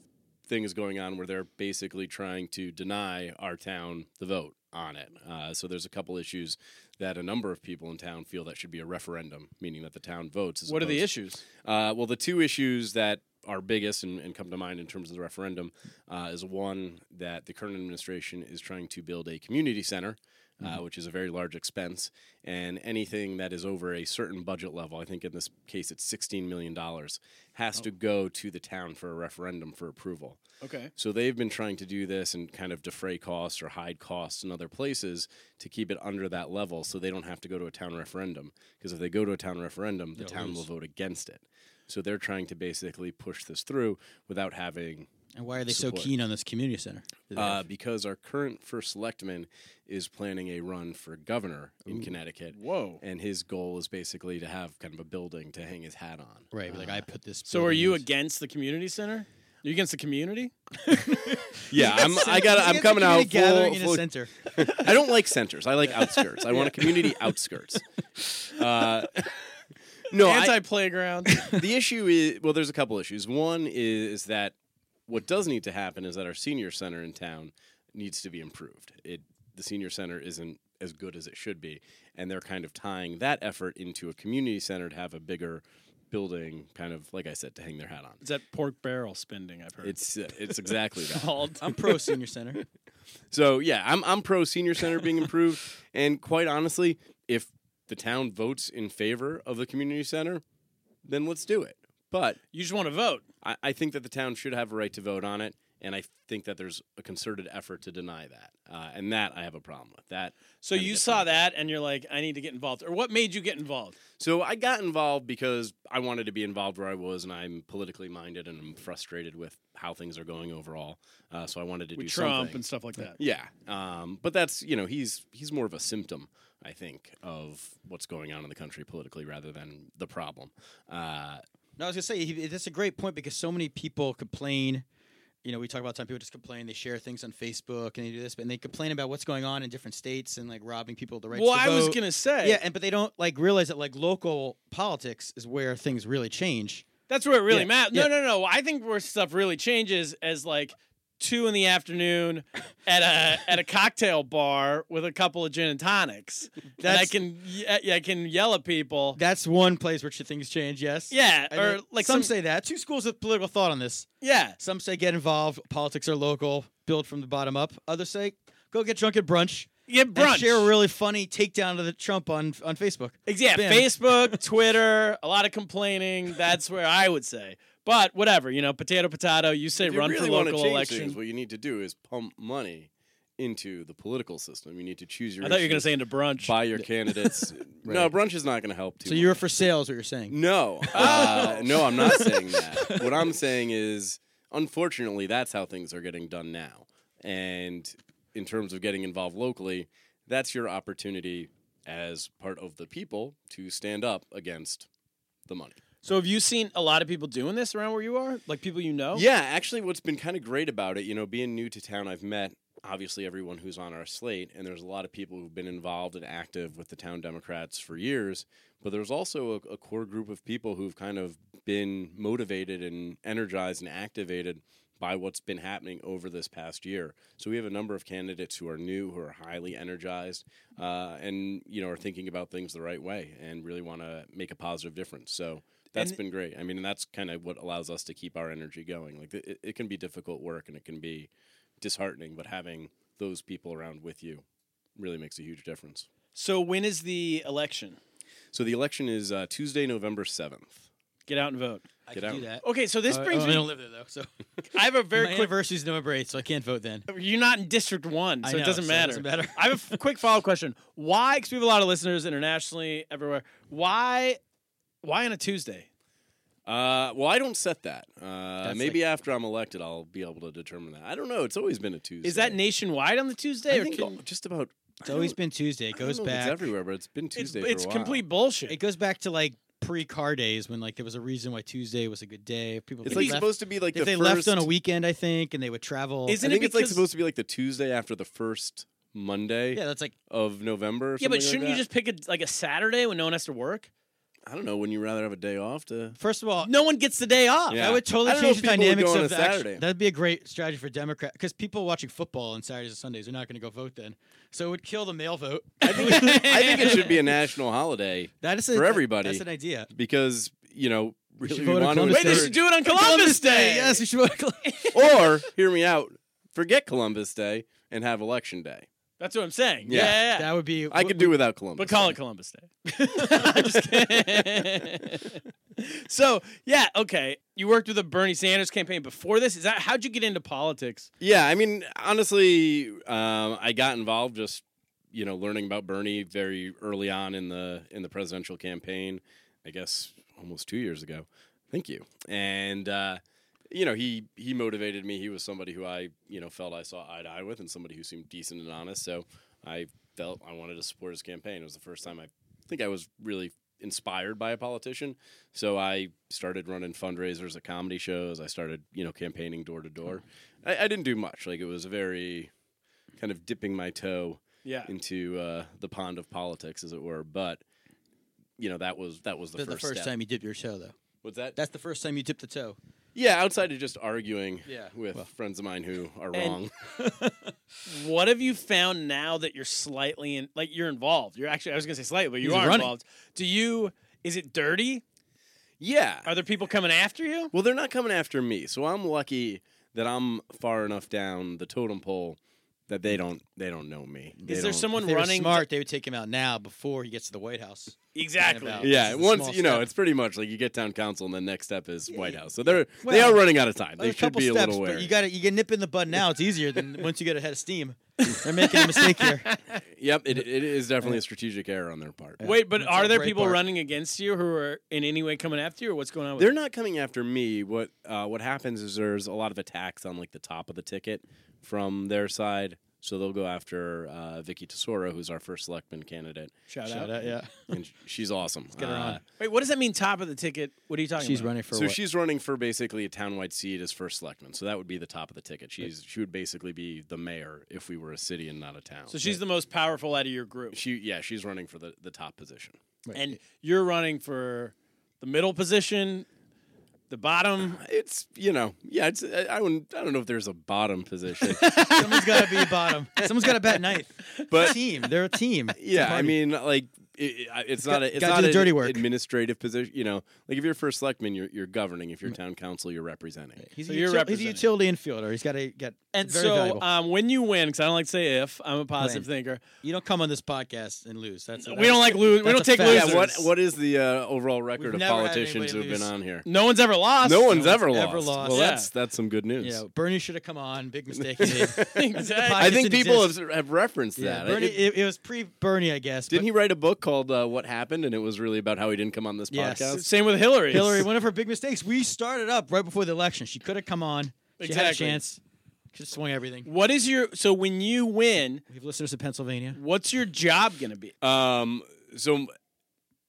things going on where they're basically trying to deny our town the vote on it. Uh, so there's a couple issues that a number of people in town feel that should be a referendum, meaning that the town votes. as What are the opposed- issues? Uh, well, the two issues that are biggest and, and come to mind in terms of the referendum uh, is one that the current administration is trying to build a community center, uh, which is a very large expense, and anything that is over a certain budget level, I think in this case it's $16 million, has to go to the town for a referendum for approval. Okay. So they've been trying to do this and kind of defray costs or hide costs in other places to keep it under that level so they don't have to go to a town referendum. Because if they go to a town referendum, the town will vote against it. So they're trying to basically push this through without having And why are they Support. so keen on this community center? that they uh, have? because our current first selectman is planning a run for governor in Connecticut. Whoa. And his goal is basically to have kind of a building to hang his hat on. right, but, like I put this. So are building you in- against the community center? Are you against the community? Yeah, I'm. I got. It's I'm a coming out. community gathering in full- a full- center. I don't like centers. I like outskirts. I want a community outskirts. Uh, no, I- Anti playground. the issue is well there's a couple issues one is that what does need to happen is that our senior center in town needs to be improved it the senior center isn't as good as it should be and they're kind of tying that effort into a community center to have a bigger building kind of like i said to hang their hat on Is that pork barrel spending? I've heard. it's uh, it's exactly that called. I'm pro senior center. so yeah, I'm I'm pro senior center being improved, and quite honestly, if the town votes in favor of the community center, then let's do it. But You just want to vote. I, I think that the town should have a right to vote on it, and I think that there's a concerted effort to deny that, uh, and that I have a problem with that. So kinda you gets saw me. that and you're like, I need to get involved. Or what made you get involved? So I got involved because I wanted to be involved where I was, and I'm politically minded, and I'm frustrated with how things are going overall. Uh, so I wanted to With do Trump something. and stuff like that. Yeah, um, but that's you know he's he's more of a symptom, I think, of what's going on in the country politically rather than the problem. Uh, No, I was gonna say he- that's a great point because so many people complain. You know, we talk about time people just complain. They share things on Facebook and they do this, but and they complain about what's going on in different states and like robbing people of the rights. Well, to I was vote. gonna say, yeah, and but they don't like realize that like local politics is where things really change. that's where it really Yeah, matters. yeah. No, no, no. I think where stuff really changes is like two in the afternoon at a at a cocktail bar with a couple of gin and tonics. and I That's- can yeah, I can yell at people. That's one place where ch- things change. Yes. yeah, I or think like some, some, say that two schools of political thought on this. yeah. Some say get involved. Politics are local, build from the bottom up. Others say go get drunk at brunch. Get and brunch. share a really funny takedown of the Trump on on Facebook. Ex- Yeah, Bam. Facebook, Twitter, a lot of complaining. That's where I would say. But whatever, you know, potato, potato. You say if you run really for want to local change election. things, what you need to do is pump money into the political system. You need to choose your. I thought you were gonna issues, say into brunch. buy your candidates. No, brunch is not going to help. Too So you're much. for sale, is what you're saying. No, uh, no, I'm not saying that. What I'm saying is, unfortunately, that's how things are getting done now. And in terms of getting involved locally, that's your opportunity as part of the people to stand up against the money. So have you seen a lot of people doing this around where you are? Like people you know? Yeah, actually, what's been kind of great about it, you know, being new to town, I've met obviously everyone who's on our slate, and there's a lot of people who've been involved and active with the town Democrats for years. But there's also a, a core group of people who've kind of been motivated and energized and activated by what's been happening over this past year. So we have a number of candidates who are new, who are highly energized, uh, and you know are thinking about things the right way and really want to make a positive difference. So that's And- been great. I mean, and that's kind of what allows us to keep our energy going. Like it, it can be difficult work and it can be disheartening, but having those people around with you really makes a huge difference. So when is the election? So the election is uh, Tuesday, November seventh. Get out and vote. I Get can out. do that. Okay, so this Uh, brings oh, I don't me. live there though, so I have a my very quick. anniversary is November 8th, so I can't vote then. You're not in District One, I so it know, doesn't so it matter. doesn't matter. I have a f- quick follow-up question. Why? Because we have a lot of listeners internationally, everywhere. Why? Why on a Tuesday? Uh, well, I don't set that. Uh, maybe like- after I'm elected, I'll be able to determine that. I don't know. It's always been a Tuesday. Is that nationwide on the Tuesday? I or think can- all- just about. It's always been Tuesday. It goes It's back. everywhere, but it's been it's, Tuesday. for it's a while. complete bullshit. It goes back to like pre-car days when like there was a reason why Tuesday was a good day. People It's if like they left- supposed to be like if the they first, left on a weekend, I think, and they would travel. Is I it- think it's like because- supposed to be like the Tuesday after the first Monday yeah, that's like of November. or yeah, but something like shouldn't you that. just pick a, like a Saturday when no one has to work? I don't know. Wouldn't you rather have a day off to? first of all, No one gets the day off. Yeah. I would I totally don't know change if the people would dynamics go on of a the act- Saturday. That'd be a great strategy for Democrat because people watching football on Saturdays and Sundays are not going to go vote then, so it would kill the mail vote. I I think it should be a national holiday that is a, for everybody. That's an idea. because you know really should we vote on want to Columbus Wait, they Day. should do it on Columbus, Day. Yes, we should vote. Columbus. or hear me out. Forget Columbus Day and have Election Day. That's what I'm saying. Yeah, Yeah. yeah, yeah. That would be. I could do without Columbus. But call Day. it Columbus Day. I'm just kidding. so yeah, okay. You worked with the Bernie Sanders campaign before this. Is that how'd you get into politics? Yeah, I mean, honestly, um, I got involved just you know learning about Bernie very early on in the in the presidential campaign. I guess almost two years ago. Thank you. And uh, you know, he he motivated me. He was somebody who I you know felt I saw eye to eye with, and somebody who seemed decent and honest. So I felt I wanted to support his campaign. It was the first time I think I was really inspired by a politician. So I started running fundraisers at comedy shows. I started you know campaigning door to door. I I didn't do much. Like it was a very kind of dipping my toe Yeah. into uh, the pond of politics, as it were. But you know that was that was the, That's the first, first step. time you dip your toe, though. What's that? That's the first time you dip the toe. Yeah, outside of just arguing Yeah, with friends of mine who are wrong. What have you found now that you're slightly in, like you're involved? You're actually I was gonna say slightly, but you He's are running. involved. Do you? Is it dirty? Yeah. Are there people coming after you? Well, they're not coming after me, so I'm lucky that I'm far enough down the totem pole that they don't they don't know me. They Is there don't- someone If they were running? smart, they would take him out now before he gets to the White House. Exactly. about- This Yeah, is a once small you know, step. it's pretty much like you get town council, and the next step is White House. So they're they are running out of time. They There's a should couple be a steps, little wary. but you got to you can nip in the bud now. It's easier than once you get ahead of steam. They're making a mistake here. yep, it, it is definitely a strategic error on their part. Wait, but That's are a there great people part. running against you who are in any way coming after you, or what's going on? With They're not coming after me. What uh, what happens is there's a lot of attacks on like the top of the ticket from their side, so they'll go after uh, Vicky Tesoro, who's our first selectman candidate, Shout, out. yeah. and sh- she's awesome. her Uh, on. Wait, what does that mean? Top of the ticket? What are you talking She's about? running for so what? she's running for basically a townwide seat as first selectman, so that would be the top of the ticket. She's she would basically be the mayor if we were a city and not a town. So she's the most powerful out of your group, she yeah she's running for the, the top position. and you're running for the middle position, the bottom. It's you know yeah it's I, I wouldn't I don't know if there's a bottom position. Someone's got to be bottom. Someone's got to bat ninth. But team, they're a team. It's a Yeah, I party. mean, like it, it- I- it's not a, it's gotta not do the an dirty work. administrative position. You know, like if you're first selectman, you're you're governing. If you're town council, you're representing. he's, so a you're util- he's a representing. utility infielder. He's got to get And very so valuable. um, when you win, because I don't like to say if, I'm a positive thinker. uh, you don't come on this podcast and lose. That's we don't like lose. We that's don't a take fact. losers. Yeah, Yeah, what what is the uh, overall We've record of never had politicians anybody who've been lose. on here? No one's ever lost. No one's ever one's lost. ever lost. Well, Yeah. that's that's some good news. You know, Bernie should have come on. Big mistake. he made. Exactly. I think didn't people have, exist. have referenced yeah, that. Bernie. It- It, it was pre-Bernie, I guess. didn't he write a book called uh, "What Happened" and it was really about how he didn't come on this Yes. podcast? Same with Hillary. Hillary, one of her big mistakes. We started up right before the election. She could have come on. She had a Exactly. chance. Could have swung everything. What is your so when you win? We have listeners in Pennsylvania. What's your job gonna be? Um, so I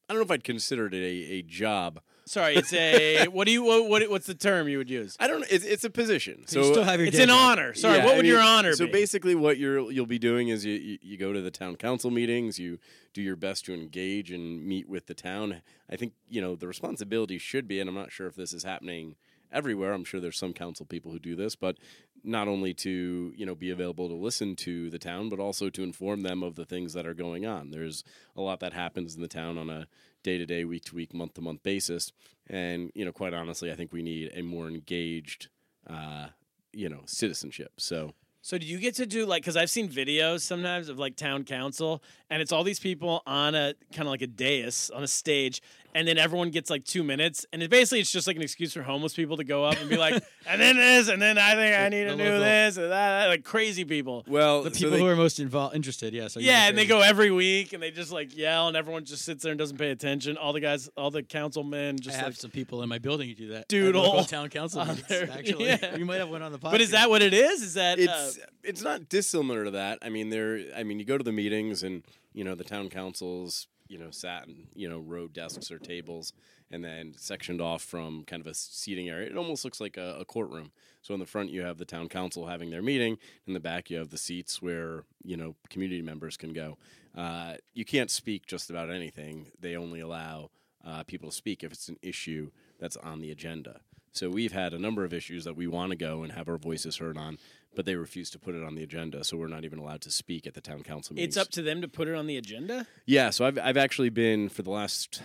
don't know if I'd consider it a, a job. Sorry, it's a what do you what, what what's the term you would use? I don't. It's, it's a position. So you still have your It's day an job. honor. Sorry, Yeah, what I would your mean, honor So be? basically, what you're you'll be doing is you, you you go to the town council meetings, you do your best to engage and meet with the town. I think you know the responsibility should be, and I'm not sure if this is happening everywhere. I'm sure there's some council people who do this, but not only to you know be available to listen to the town, but also to inform them of the things that are going on. There's a lot that happens in the town on a day to day, week to week, month to month basis, and you know quite honestly, I think we need a more engaged. Uh, you know, citizenship. So so do you get to do like because I've seen videos sometimes of like town council and it's all these people on a kind of like a dais on a stage and then everyone gets like two minutes and it basically it's just like an excuse for homeless people to go up and be like and then this and then I think I need to the do local- this and that like crazy people. Well, The people who are most involved, interested, yes. are Yeah, usually and they go crazy. every week, and they just like yell, and everyone just sits there and doesn't pay attention. All the guys, all the councilmen, I just have like. some people in my building who do that. at Doodle local town council. on meetings, there. Actually, Yeah. we might have one on the podcast. But is that what it is? Is that uh, it's it's not dissimilar to that. I mean, there. I mean, you go to the meetings, and you know the town councils, you know, sat and you know row desks or tables, and then sectioned off from kind of a seating area. It almost looks like a, a courtroom. So in the front, you have the town council having their meeting. In the back, you have the seats where you know community members can go. Uh, you can't speak just about anything. They only allow uh, people to speak if it's an issue that's on the agenda. So we've had a number of issues that we want to go and have our voices heard on, but they refuse to put it on the agenda. So we're not even allowed to speak at the town council meetings. it's up to them to put it on the agenda? yeah. So I've I've actually been for the last,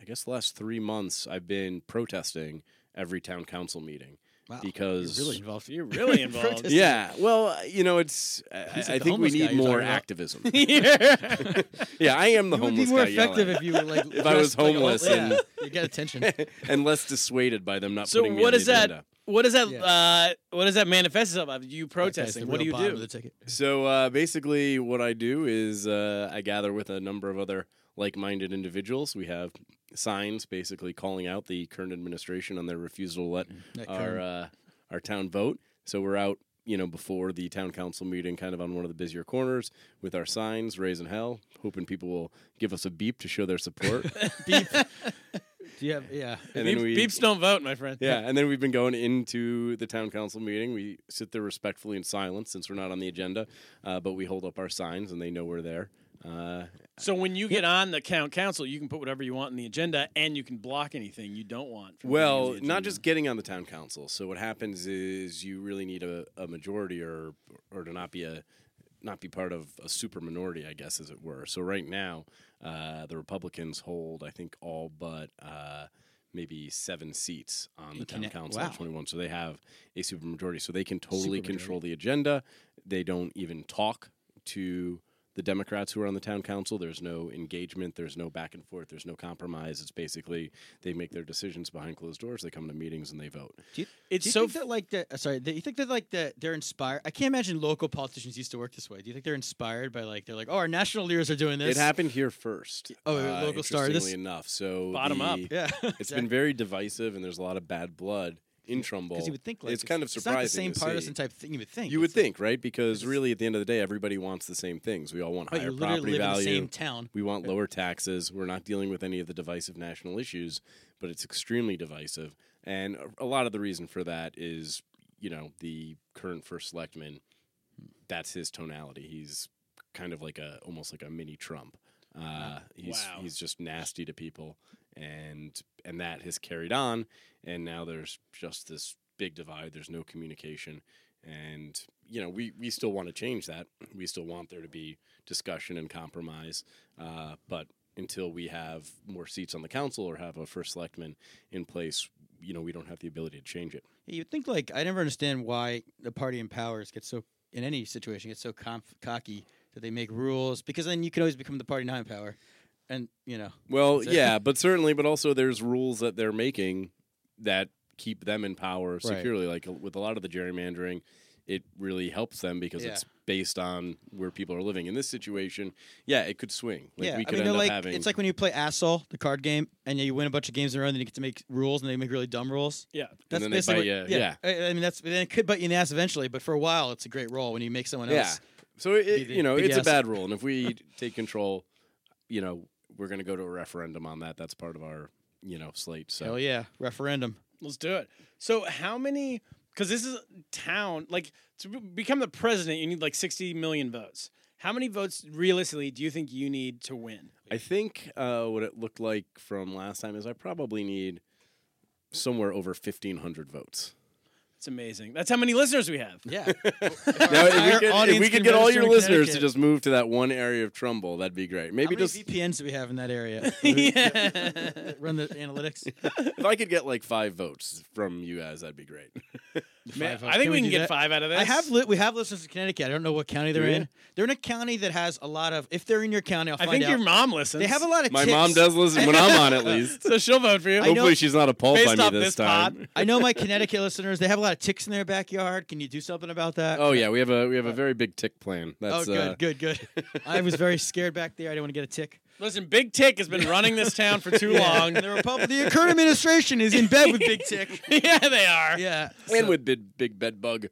I guess the last three months, I've been protesting every town council meeting because really involved? You're really involved. yeah. Well, you know, it's I, He's I like the think we homeless guy you're need more talking about. activism. yeah, I am the It would be homeless more guy yelling. effective if you were like. If I was dressed like a hom- homeless yeah. and- you get attention. and less dissuaded by them not So putting me what on is the that? agenda. What does that? Yeah. Uh, what does that manifest itself of? You protesting? What do you do? So uh, basically, what I do is uh, I gather with a number of other like minded individuals. We have signs basically calling out the current administration on their refusal to let Mm. That our uh, our town vote. So we're out, you know, before the town council meeting, kind of on one of the busier corners with our signs raising hell, hoping people will give us a beep to show their support. Do you have, yeah. and Beeps, then we beeps don't vote, my friend. yeah, and then we've been going into the town council meeting. We sit there respectfully in silence since we're not on the agenda, uh, but we hold up our signs and they know we're there. Uh, So when you get on the count council, you can put whatever you want in the agenda, and you can block anything you don't want. from being in Well, the not agenda. just getting on the town council. So what happens is you really need a, a majority, or or to not be a not be part of a super minority, I guess, as it were. So right now, uh, the Republicans hold, I think, all but uh, maybe seven seats on the town council, at wow. 21. So they have a supermajority. So they can totally control the agenda. They don't even talk to the Democrats who are on the town council. There's no engagement. There's no back and forth. There's no compromise. It's basically they make their decisions behind closed doors. They come to meetings and they vote. Do you, It's do you so think f- that like the uh, sorry, that you think that like that they're inspired? I can't imagine local politicians used to work this way. Do you think they're inspired by like they're like, oh, our national leaders are doing this? It happened here first. uh, Oh, local star. Interestingly This- enough, so Bottom the- up. Yeah, It's been very divisive, and there's a lot of bad blood in Trumble. because you would think like it's kind of it's surprising. not the to same partisan see. type thing you would think. You would It's like, think, right? Because really, at the end of the day, everybody wants the same things. We all want oh, higher you literally property live in value. the same town. We want lower taxes. We're not dealing with any of the divisive national issues, but it's extremely divisive. And a- a lot of the reason for that is, you know, the current first selectman, that's his tonality. He's kind of like a almost like a mini Trump. Uh, he's Wow. he's just nasty to people, and and that has carried on. And now there's just this big divide. There's no communication, and you know we we still want to change that. We still want there to be discussion and compromise. Uh, but until we have more seats on the council or have a first selectman in place, you know we don't have the ability to change it. Yeah, You'd think like I never understand why the party in powers gets so in any situation gets so conf- cocky that they make rules because then you can always become the party not in power, and you know Well, So- yeah, but certainly, but also there's rules that they're making that keep them in power securely. Like uh, with a lot of the gerrymandering, it really helps them because Yeah. it's based on where people are living. In this situation, yeah, it could swing. Like yeah. we could I mean, end they're up like having it's like when you play asshole the card game and you win a bunch of games in a row and then you get to make rules and they make really dumb rules. yeah. That's then they basically bite what, you, yeah. I, I mean that's then it could bite you in the ass eventually, but for a while it's a great role when you make someone yeah. else. So it, the you know big it's a ass- bad rule, and if we take control, you know we're going to go to a referendum on that. That's part of our you know slate. So Hell yeah, referendum. Let's do it. So how many? Because this is a town. Like to be- become the president, you need like sixty million votes. How many votes realistically do you think you need to win? I think uh, what it looked like from last time is I probably need somewhere over 1,500 votes. It's amazing. That's how many listeners we have. Yeah. Now, if entire we could, if audience we could can get all register your in listeners to Connecticut. just move to that one area of Trumbull, that'd be great. How Maybe many just VPNs do we have in that area? Run the analytics. if I could get like five votes from you guys, that'd be great. Man, Five. I think we Can we can do get that? five out of this. I have li- we have listeners in Connecticut. I don't know what county they're Do in. you? They're in a county that has a lot of. If they're in your county, I'll I find think out. your mom listens. They have a lot of. My tips. mom does listen when I'm on, at least. so she'll vote for you. I know- Hopefully, she's not appalled Based by me off this, this time. pod. I know my Connecticut listeners. They have a lot of ticks in their backyard. Can you do something about that? Oh yeah, we have a we have a very big tick plan. That's oh, uh, good, good, good. I was very scared back there. I didn't want to get a tick. Listen, Big Tick has been running this town for too long. The Republic, the current administration is in bed with Big Tick. yeah, they are. Yeah. and with big big bed bug.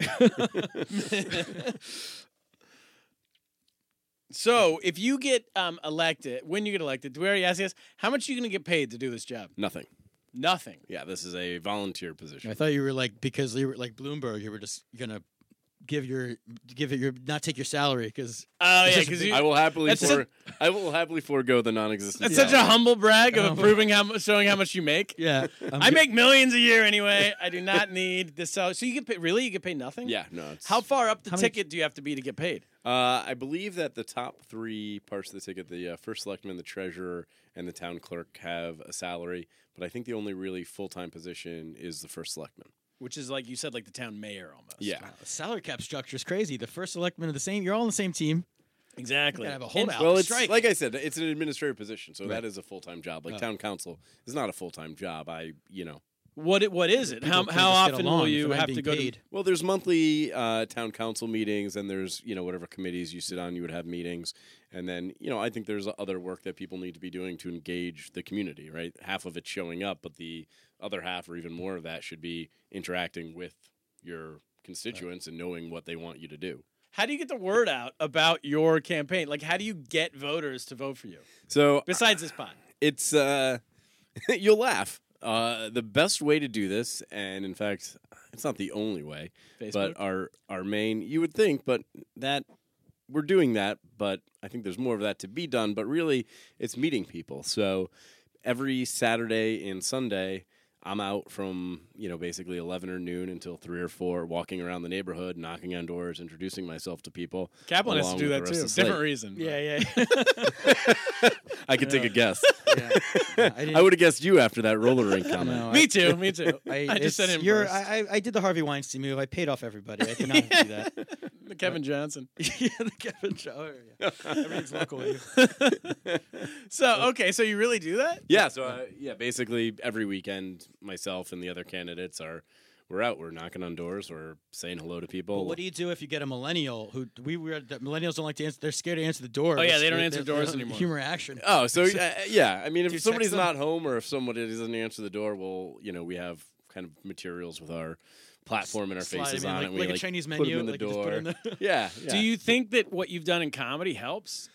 So if you get um, elected, when you get elected, do we already ask this? How much are you going to get paid to do this job? Nothing. Nothing. Yeah, this is a volunteer position. I thought you were like because you were like Bloomberg. You were just gonna give your give it your not take your salary because Oh yeah, just because big- you. I will happily That's for, I will happily forego the non-existent. that's such a salary. humble brag of approving how much, showing how much you make. yeah. I make millions a year anyway. I do not need this. So, so you get paid, really you get paid nothing. yeah. No, it's, How far up the How many- ticket do you have to be to get paid? Uh, I believe that the top three parts of the ticket, the uh, first selectman, the treasurer, and the town clerk, have a salary. But I think the only really full time position is the first selectman. Which is like you said, like the town mayor almost. The salary cap structure is crazy. The first selectman of the same. You're all on the same team. exactly. Gotta have a holdout. Well, it's strike. like I said, it's an administrative position, so that is a full time job. Like town council is not a full time job. I, you know, What it, what is it? People How can't how just get often along will you without have being to go paid. to? Well, there's monthly uh, town council meetings, and there's you know whatever committees you sit on, you would have meetings, and then you know I think there's other work that people need to be doing to engage the community. Right, half of it's showing up, but the other half, or even more of that, should be interacting with your constituents and knowing what they want you to do. How do you get the word out about your campaign? Like, how do you get voters to vote for you? So Besides this pod, it's uh you'll laugh uh the best way to do this and in fact it's not the only way Facebook? but our our main you would think but that we're doing that but i think there's more of that to be done but really it's meeting people so every saturday and sunday i'm out from you know basically 11 or noon until 3 or 4 walking around the neighborhood knocking on doors introducing myself to people Kaplan has to along do with that the rest too. of the slate. Different reason. Yeah, yeah. i could take a guess I didn't. i would have guessed you after that roller rink comment no, me too. Me too. I, I, just it's- sent him you're- first. I, I- I did the Harvey Weinstein move. I paid off everybody. I did not do that. The Kevin Johnson. yeah, the Kevin Shower. Yeah. Everything's local with you. So okay, so you really do that? Yeah, so uh, yeah, basically every weekend, myself and the other candidates are we're out, we're knocking on doors, we're saying hello to people. What do you do if you get a millennial who we were that millennials don't like to answer? They're scared to answer the door. Oh, yeah, they They're don't scared- answer they're- doors they're- anymore. Humor action. oh, so uh, yeah, I mean, if you text somebody's them? not home or if somebody doesn't answer the door, well, you know, we have kind of materials with our platform and our Slide 'em faces in, on like- it. and we, like a Chinese put 'em menu, in the like you just door. put 'em in yeah, Do yeah. you think that what you've done in comedy helps?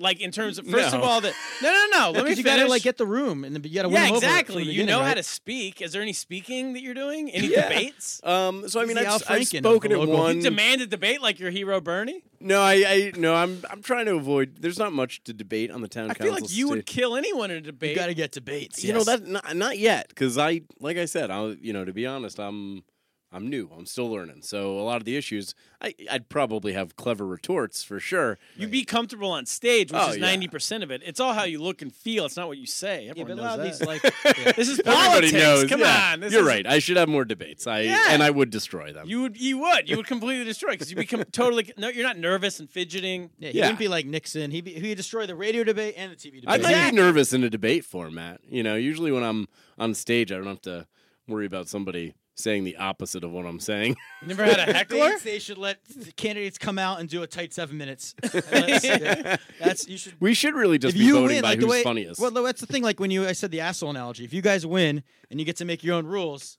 Like in terms of first of No. all, that no, no, no. Let me Because you finish. gotta like get the room and then you gotta win yeah, 'em over from exactly. the You know beginning, how right? to speak. Is there any speaking that you're doing? Any Yeah. debates? Um, so I mean, the Al I've, I've Franken of spoken the at local- You one. You demand a debate like your hero Bernie. no, I, I, no, I'm, I'm trying to avoid. There's not much to debate on the town I council. feel like you would stage. kill anyone in a debate. You gotta get debates. you know yes. that not, not yet because i like i said i you know to be honest i'm i'm new i'm still learning so a lot of the issues I, i'd probably have clever retorts for sure you be comfortable on stage, which Oh, is yeah. ninety percent of it. It's all how you look and feel. It's not what you say. Yeah, Everyone but a lot of knows these that. like this is everybody politics. knows Come yeah, on, this you're is- right i should have more debates i Yeah. and i would destroy them You would, you would, you would completely destroy because you become totally. No, you're not nervous and fidgeting. Yeah, he Yeah. wouldn't be like Nixon. He'd, be, he'd destroy the radio debate and the TV debate. i'd be nervous in a debate format you know usually when i'm on stage i don't have to worry about somebody saying the opposite of what i'm saying You never had a I heckler. think they should let the candidates come out and do a tight seven minutes. That's, yeah, that's- you should. we should really just If be you voting win, by like who's the way, funniest Well, that's the thing. Like when you, I said the asshole analogy. If you guys win and you get to make your own rules,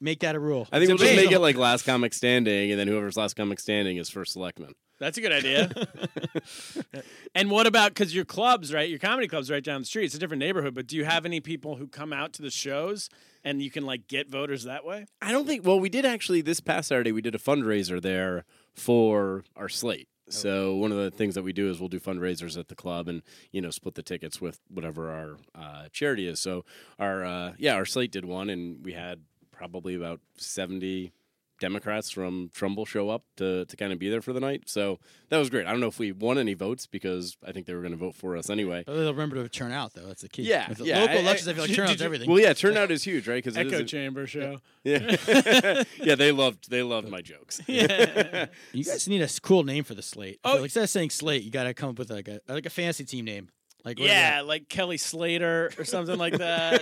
make that a rule. i think we'll just debate. make it like last comic standing and then whoever's last comic standing is first selectman That's a good idea. and what about because your clubs, right? Your comedy clubs right down the street. It's a different neighborhood, but do you have any people who come out to the shows and you can like get voters that way? I don't think. Well, we did actually this past Saturday. We did a fundraiser there for our slate. So one of the things that we do is we'll do fundraisers at the club and you know split the tickets with whatever our uh, charity is. So our uh, yeah, our slate did one, and we had probably about seventy Democrats from Trumbull show up to to kind of be there for the night. So that was great. I don't know if we won any votes because I think they were going to vote for us anyway. But they'll remember to turn out though. That's the key. Yeah, With the yeah, Local I- I- elections, I, feel like did turnout's you- everything. Well, yeah, turnout is huge, right? Because Echo chamber show. yeah, yeah, they loved they loved my jokes. you guys need a s- cool name for the slate. I Oh, feel like, instead of saying slate, you gotta come up with like a like a fantasy team name. Like what is Yeah, that? like Kelly Slater or something like that,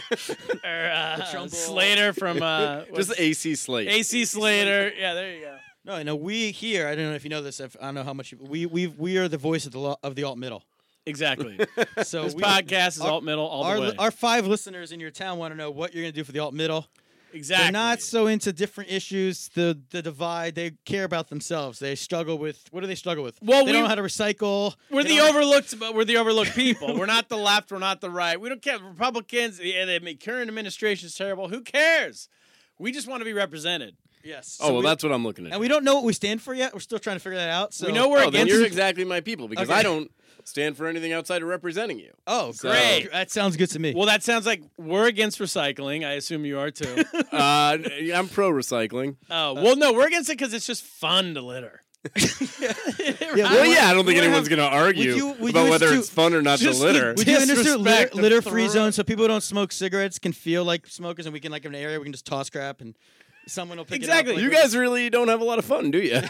or uh, Slater from uh, Just what's- AC Slate. AC Slater. Yeah, there you go. No, I know we here. I don't know if you know this. If, I don't know how much you, we we we are the voice of the lo- of the alt middle. Exactly. So This we, podcast is our- alt middle all our, the way. our five listeners in your town want to know what you're going to do for the alt middle. exactly. They're not so into different issues, the the divide. They care about themselves. They struggle with what do they struggle with? Well, we- they don't know how to recycle. We're They the don't- overlooked. but We're the overlooked people. we're not the left. We're not the right. We don't care. Republicans. Yeah, the current administration is terrible. Who cares? We just want to be represented. yes. Oh So well, we- that's what I'm looking at. and we don't know what we stand for yet. We're still trying to figure that out. So we know we're oh, then against. you're exactly my people because Okay. I don't stand for anything outside of representing you. Oh, So- great. That sounds good to me. well, that sounds like we're against recycling. I assume you are too. Uh, I'm pro recycling. Oh well, no, we're against it because it's just fun to litter. yeah, Well, we- yeah, I don't think we anyone's have- going to argue would you- would about you whether do- it's fun or not to just litter. We do institute litter, Disrespect the litter free throw- zone so people who don't smoke cigarettes can feel like smokers, and we can like in an area we can just toss crap and someone will pick Exactly. it up. you like, guys really don't have a lot of fun, do you?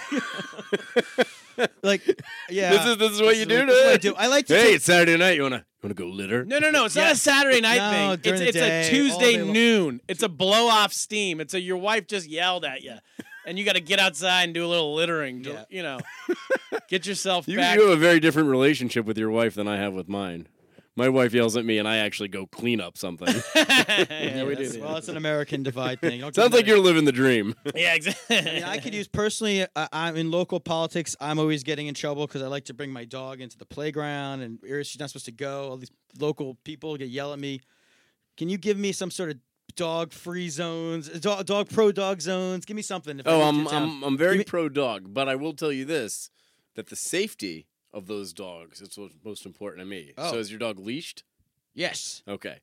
like yeah. this is this is what you do This is what I today? do. I like to. hey, take- it's Saturday night. You wanna want to go litter? No, no, no. It's not a Saturday night No, thing. during It's, it's the day, a all Tuesday day long. noon. It's a blow off steam. It's a your wife just yelled at you, and you got to get outside and do a little littering. to- Yeah. You know, get yourself You, back. you have a very different relationship with your wife than I have with mine. My wife yells at me, and I actually go clean up something. yeah, we do. Yes, Well, it's an American divide thing. You don't Sounds get like married. you're living the dream. Yeah, exactly. I mean, I could use personally. Uh, I'm in local politics. I'm always getting in trouble because I like to bring my dog into the playground, and where she's not supposed to go. All these local people get yell at me. Can you give me some sort of dog free zones, dog, dog pro dog zones? Give me something. If I Oh, move to town. I'm, I'm I'm very me- pro dog, but I will tell you this: that the safety of those dogs is what's most important to me. So Oh. is your dog leashed? yes. Okay,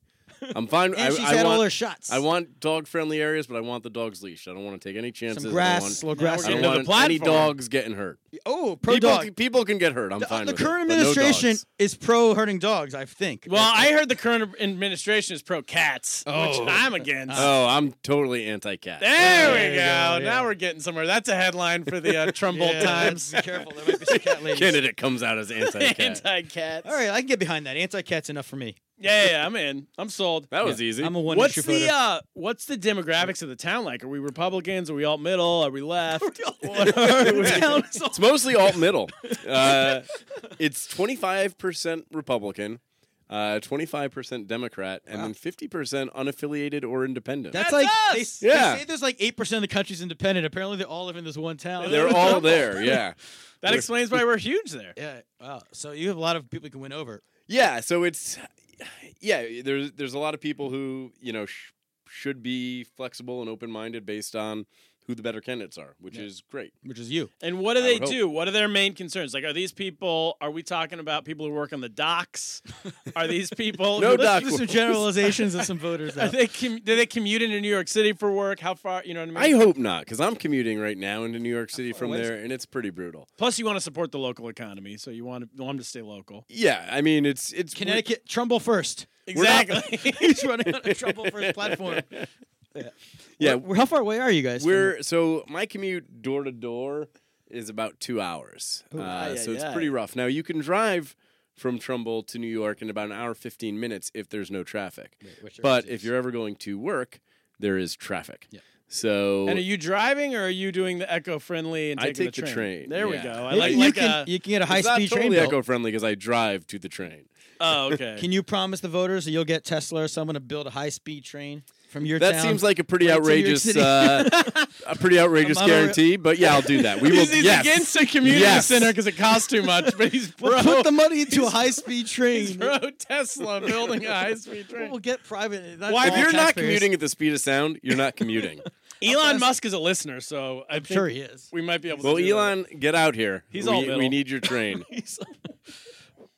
I'm fine. And I, she's I had want, all her shots. I want dog friendly areas, but I want the dogs leashed. I don't want to take any chances. some I don't grass, want- little grass. I don't Into the want any platform. dogs getting hurt. Oh, pro people, dog. Can, people can get hurt. I'm The, fine. the with current it, but no administration dogs. is pro hurting dogs, I think. well, I heard the current administration is pro cats, Oh. which I'm against. Oh, I'm totally anti-cat. There, There we you go. go, yeah. Now we're getting somewhere. That's a headline for the uh, Trumbull Yeah, Times. Be careful, there might be some cat ladies. Candidate comes out as anti-cat. Anti cats. All right, I can get behind that. Anti cat's enough for me. Yeah, yeah, I'm in. I'm sold. that was easy. I'm a one What's issue the voter. uh, what's the demographics of the town like? Are we Republicans? Are we alt middle? Are we left? it's mostly alt middle. Uh, it's 25% Republican, uh, 25% Democrat, and then 50% unaffiliated or independent. That's, That's like us! They, Yeah. they say there's like eight percent of the country's independent. Apparently, they all live in this one town. They're all there, yeah. that explains why we're huge there. yeah. Wow. So you have a lot of people you can win over. Yeah, so it's yeah, there's there's a lot of people who, you know, sh- should be flexible and open-minded based on who the better candidates are, which is great. Which is you. And what do I they would hope. do? What are their main concerns? Like, are these people? Are we talking about people who work on the docks? Are these people? No Listen, dock There's some workers. generalizations of some voters. Are Out. they com- do they commute into New York City for work? How far? You know what I I mean. hope not, because I'm commuting right now into New York City from what is- there, and it's pretty brutal. Plus, you want to support the local economy, so you want, to, want them to stay local. Yeah, I mean, it's it's Connecticut, Trumbull first. Exactly. He's running on a Trumbull first platform. Yeah, Where- how far away are you guys? from- We're so my commute door to door is about two hours, uh, aye, so it's aye, pretty rough. Now you can drive from Trumbull to New York in about an hour fifteen minutes if there's no traffic. but if you're ever going to work, there is traffic. So and are you driving or are you doing the eco friendly and I taking take the train, There yeah. we go. I Maybe like, you like can a- you can get a high it's not speed train totally bill. eco friendly because I drive to the train. oh okay. Can you promise the voters that you'll get Tesla or someone to build a high speed train from your That town? seems like a pretty right to New York outrageous, City. uh, a pretty outrageous I'm on a- guarantee. But yeah, I'll do that. We will. He's, he's yes. against the community Yes. center because it costs too much, but he's pro, Well, put the money into a high speed he's train. pro Tesla building a high speed train. We'll get private. Why- if all you're not taxpayers. commuting at the speed of sound, you're not commuting. Elon Musk is a listener, so I'm sure he is. We might be able Well, to. do Elon, get out here. He's we, all we middle. need your train.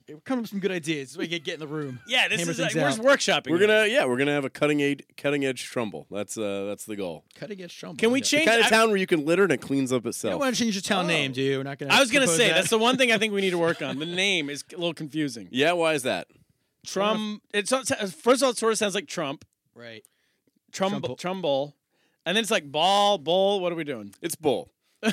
We're coming up with some good ideas. This is where you get, get in the room. that. Yeah, this hammer is like, things we're out. workshopping. we're here. gonna yeah, we're gonna have a cutting edge cutting edge Trumbull. That's uh that's the goal. Cutting edge Trumbull. Can we Yeah. change? kind of I- town where you can litter and it cleans up You don't itself. want to change your town name, do you? We're not gonna. I was gonna propose say that. that's the one thing I think we need to work on. The name is a little confusing. Yeah, why is that? Trump. It's not- first of all, it sort of sounds like Trump. right. Trumbull. Trumbull. And then it's like ball, bowl. What are we doing? It's bull.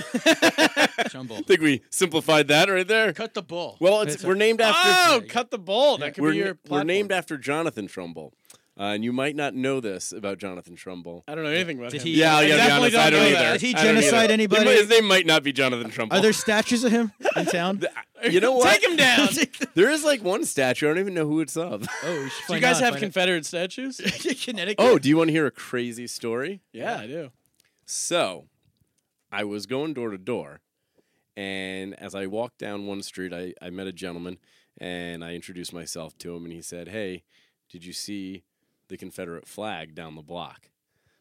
Trumbull. I think we simplified that right there. Cut the bull. Well, it's we're named Oh, after cut the bowl. That could we're, be your. na- we're platform. named after Jonathan Trumbull. Uh, and you might not know this about Jonathan Trumbull. I don't know anything about Did him. he- Yeah, I I gotta be definitely honest. I don't don't know either. that. Did he I don't either. genocide anybody? He might- His name might not be Jonathan Trumbull. Are there statues of him in town? you know what? Take him down. Do There is like one statue. I don't even know who it's of. oh, we should you find guys out, have find out. Confederate statues? Connecticut? Oh, do you want to hear a crazy story? Yeah, I do. So I was going door to door, and as I walked down one street, I, I met a gentleman and I introduced myself to him, and he said, Hey, did you see the Confederate flag down the block?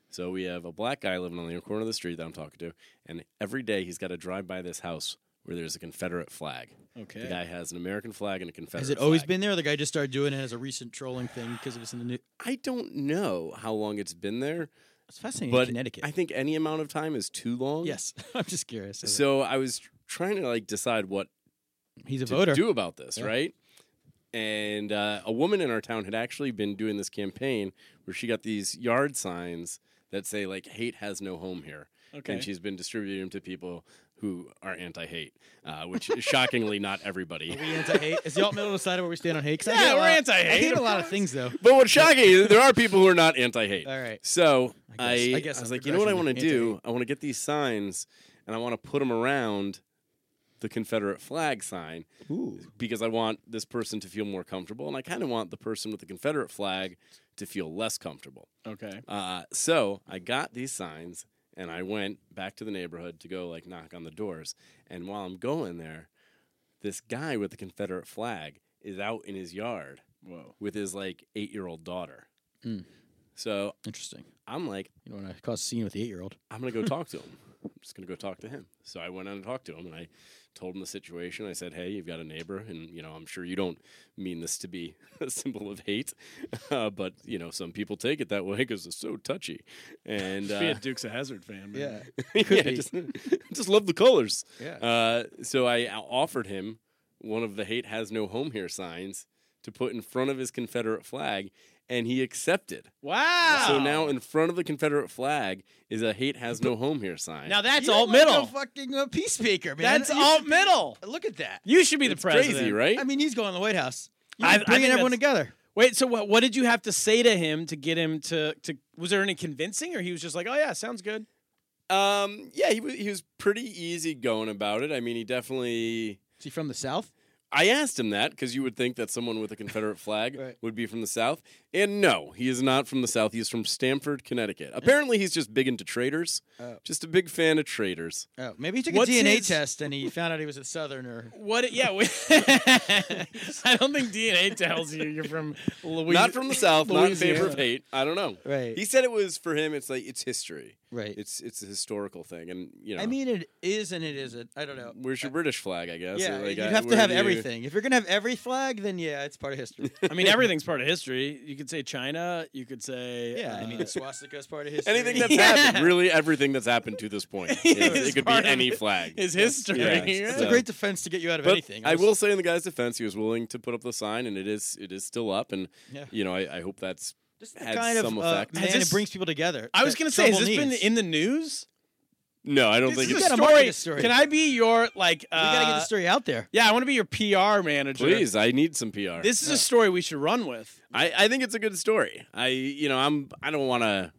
So we have a black guy living on the corner of the street that I'm talking to, and every day he's got to drive by this house where there's a Confederate flag. Okay. The guy has an American flag and a Confederate. Has it always flag. been there? or The guy just started doing it as a recent trolling thing because it was in the new. I don't know how long it's been there, It's fascinating. but Connecticut. I think any amount of time is too long. yes, I'm just curious. So I was trying to like decide what he's a to voter. do about this, right? And uh, a woman in our town had actually been doing this campaign where she got these yard signs that say like "Hate has no home here," Okay. and she's been distributing them to people who are anti-hate, uh, which is shockingly not everybody. We anti-hate. Is the alt middle decided where we stand on hate? 'Cause I Yeah, hate a we're lot- anti-hate, I hate of a lot of things though. But what's shocking is there are people who are not anti-hate. All right. So I, I guess- I, I guess was I'm like, you know what I want to progressively do? I want to get these signs and I want to put them around the Confederate flag sign Ooh. because I want this person to feel more comfortable, and I kind of want the person with the Confederate flag to feel less comfortable. Okay. Uh, so I got these signs and I went back to the neighborhood to go like knock on the doors. And while I'm going there, this guy with the Confederate flag is out in his yard Whoa. with his like eight year old daughter. Hmm. So Interesting. I'm like, You don't want to cause a scene with the eight-year-old. I'm gonna go talk to him. I'm just gonna go talk to him. So I went on and talked to him, and I told him the situation. I said, "Hey, you've got a neighbor, and you know, I'm sure you don't mean this to be a symbol of hate, uh, but you know, some people take it that way because it's so touchy." And Be uh, a Dukes of Hazard fan, man. yeah, just, just love the colors. Yeah. Uh, so I offered him one of the "Hate Has No Home Here" signs to put in front of his Confederate flag, and he accepted. Wow. So now, in front of the Confederate flag is a "Hate Has No Home Here" sign. now that's You alt look like middle. a fucking uh, peacemaker, man. That's You- alt middle. Look at that. You should be the It's president, crazy, right? I mean, he's going to the White I- House. I You're think bringing everyone that's- together. Wait. So what? What did you have to say to him to get him to? To was there any convincing, or he was just like, "Oh yeah, sounds good." um, yeah, he was he was pretty easy going about it. I mean, he definitely. Is he from the South? I asked him that because you would think that someone with a Confederate flag Right. would be from the South, and no, he is not from the South. He is from Stamford, Connecticut. Apparently, he's just big into traders. Oh. Just a big fan of traders. Oh, maybe he took What's a DNA his- test and he found out he was a Southerner. What? Yeah. we- I don't think DNA tells you you're from Louisiana. not from the South. Not in favor Louisiana. of hate. I don't know. Right. He said it was for him. It's like it's history. Right. It's it's a historical thing, and you know. I mean, it is and it isn't. I don't know. Where's your British flag? I guess. yeah, Or, like, you'd uh, have to where have do you- everything. If you're gonna have every flag, then yeah, it's part of history. I mean, everything's part of history. You could say China. You could say yeah, I mean, uh, the swastika's part of history. Anything that's happened, really everything that's happened to this point. It, It's it could be part of any it. flag. is history. Yeah. Yeah. It's a So- great defense to get you out of But anything. I will say, in the guy's defense, he was willing to put up the sign, and it is it is still up, and Yeah. you know, I, I hope that's Just the had kind some of uh, effect. man, Has this- it brings people together. I was that gonna say, has trouble this been needs. in the news? no, I don't This think is it's a gotta market story. this story. Can I be your like? We gotta get uh, the story out there. Yeah, I want to be your PR manager. please. I need some PR. This is a story we should run with. I, I think it's a good story. I you know I'm I don't want to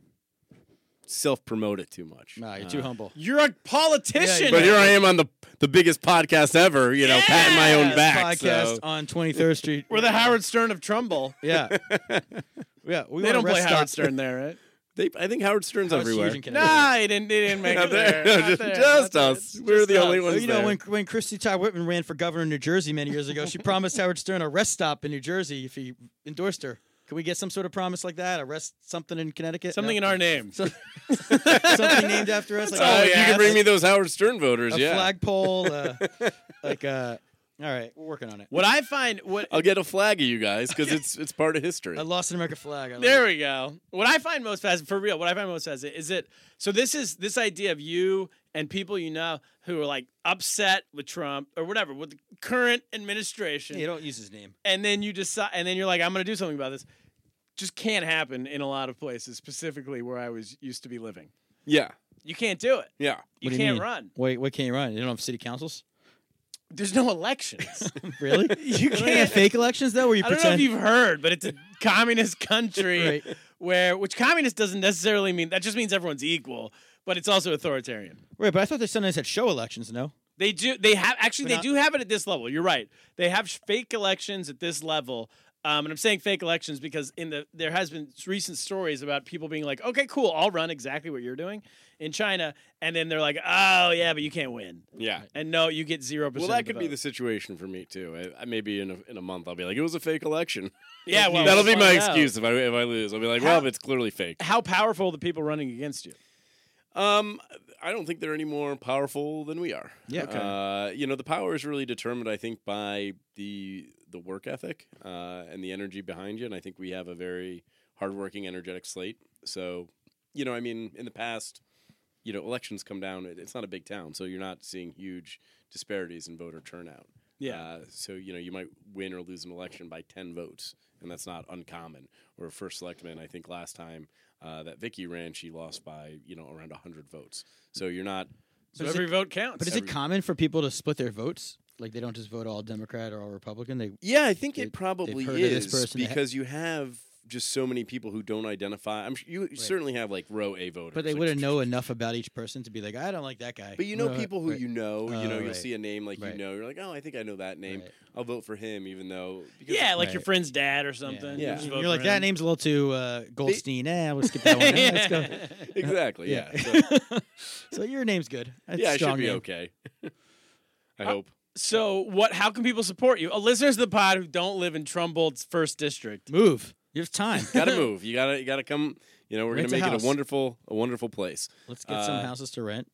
self promote it too much. Nah, you're too humble. You're a politician. But here I am on the the biggest podcast ever. You know, patting my own Yes, back. Podcast so- on 23rd Street. We're the Howard Stern of Trumbull. yeah, yeah. We They wanna don't play rest Howard stop. Stern there, right? they, I think Howard Stern's Howard's everywhere. huge in Connecticut. nah, he didn't. He didn't make Not it there. there. Not there. Just Not there. us. We're the only us. ones you know, there. when when Christy Todd Whitman ran for governor of New Jersey many years ago, she promised Howard Stern a rest stop in New Jersey if he endorsed her. Can we get some sort of promise like that? A rest something in Connecticut? Something in No? our name. something named after us. Like Oh, all if yeah. you can bring me those Howard Stern voters. a yeah, flagpole. Uh, like, uh, all right, we're working on it. What I find what I'll get a flag of you guys because it's it's part of history. I lost an American flag. I like There it. we go. What I find most fascinating, for real, what I find most fascinating is that so this is this idea of you and people you know who are like upset with Trump or whatever with the current administration, Hey, don't use his name. and then you decide, and then you're like, I'm going to do something about this. Just can't happen in a lot of places, specifically where I was used to be living. yeah, You can't do it. yeah. You What do can't mean? run. Wait, what can't you run? You don't have city councils? There's no elections. Really? you Don't they have can't. fake elections though, where you I don't know if pretend. you've heard, but it's a communist country Right. where, which communist doesn't necessarily mean that just means everyone's equal, but it's also authoritarian. Right, but I thought they sometimes had show elections. No, They do. They have actually. But They not- do have it at this level. You're right. They have sh- fake elections at this level. Um, and I'm saying fake elections because in the there has been s- recent stories about people being like, okay, cool, I'll run exactly what you're doing in China, and then they're like, oh yeah, but you can't win, Yeah. and no, you get zero Well, percent. that could be the situation for me too. I, I maybe in a, in a month I'll be like, it was a fake election. yeah. Well, That'll we'll be my find out. excuse if I if I lose. I'll be like, How- well, it's clearly fake. How powerful are the people running against you? Um, I don't think they're any more powerful than we are. Yeah. Okay. Uh, you know, the power is really determined, I think, by the the work ethic uh, and the energy behind you. And I think we have a very hardworking, energetic slate. So, you know, I mean, in the past, you know, elections come down. it- It's not a big town, so you're not seeing huge disparities in voter turnout. Yeah. Uh, so you know, you might win or lose an election by ten votes, and that's not uncommon. Or first selectman, I think last time uh, that Vicky ran, she lost by you know around hundred votes. So you're not. So every vote counts. But is it common for people to split their votes? Like they don't just vote all Democrat or all Republican. They Yeah, I think They- it they've probably heard of this is person, they ha- because you have just so many people who don't identify. I'm sure you certainly have like row A voters, but they like, wouldn't know enough about each person to be like, I don't like that guy. But you know Right, people who right. you know. you Oh, know, you'll right. see a name like Right. you know. You're like, oh, I think I know that name. Right. I'll vote for him, even though. because- Yeah, like your Right. friend's dad or something. Yeah. You just You're vote You're like for that him. name's a little too uh, Goldstein. Eh, we'll skip that one. Eh, Let's go. exactly. Yeah. Yeah. Yeah, so, So your name's good. That's yeah a I strong should be name. Uh, okay. I hope. So what? How can people support you? Uh, listeners of the pod who don't live in Trumbull's first district. Move. You have time. gotta move. You gotta. You gotta come. You know, we're Rent a gonna make it house. a wonderful, a wonderful place. Let's get some Uh, houses to rent.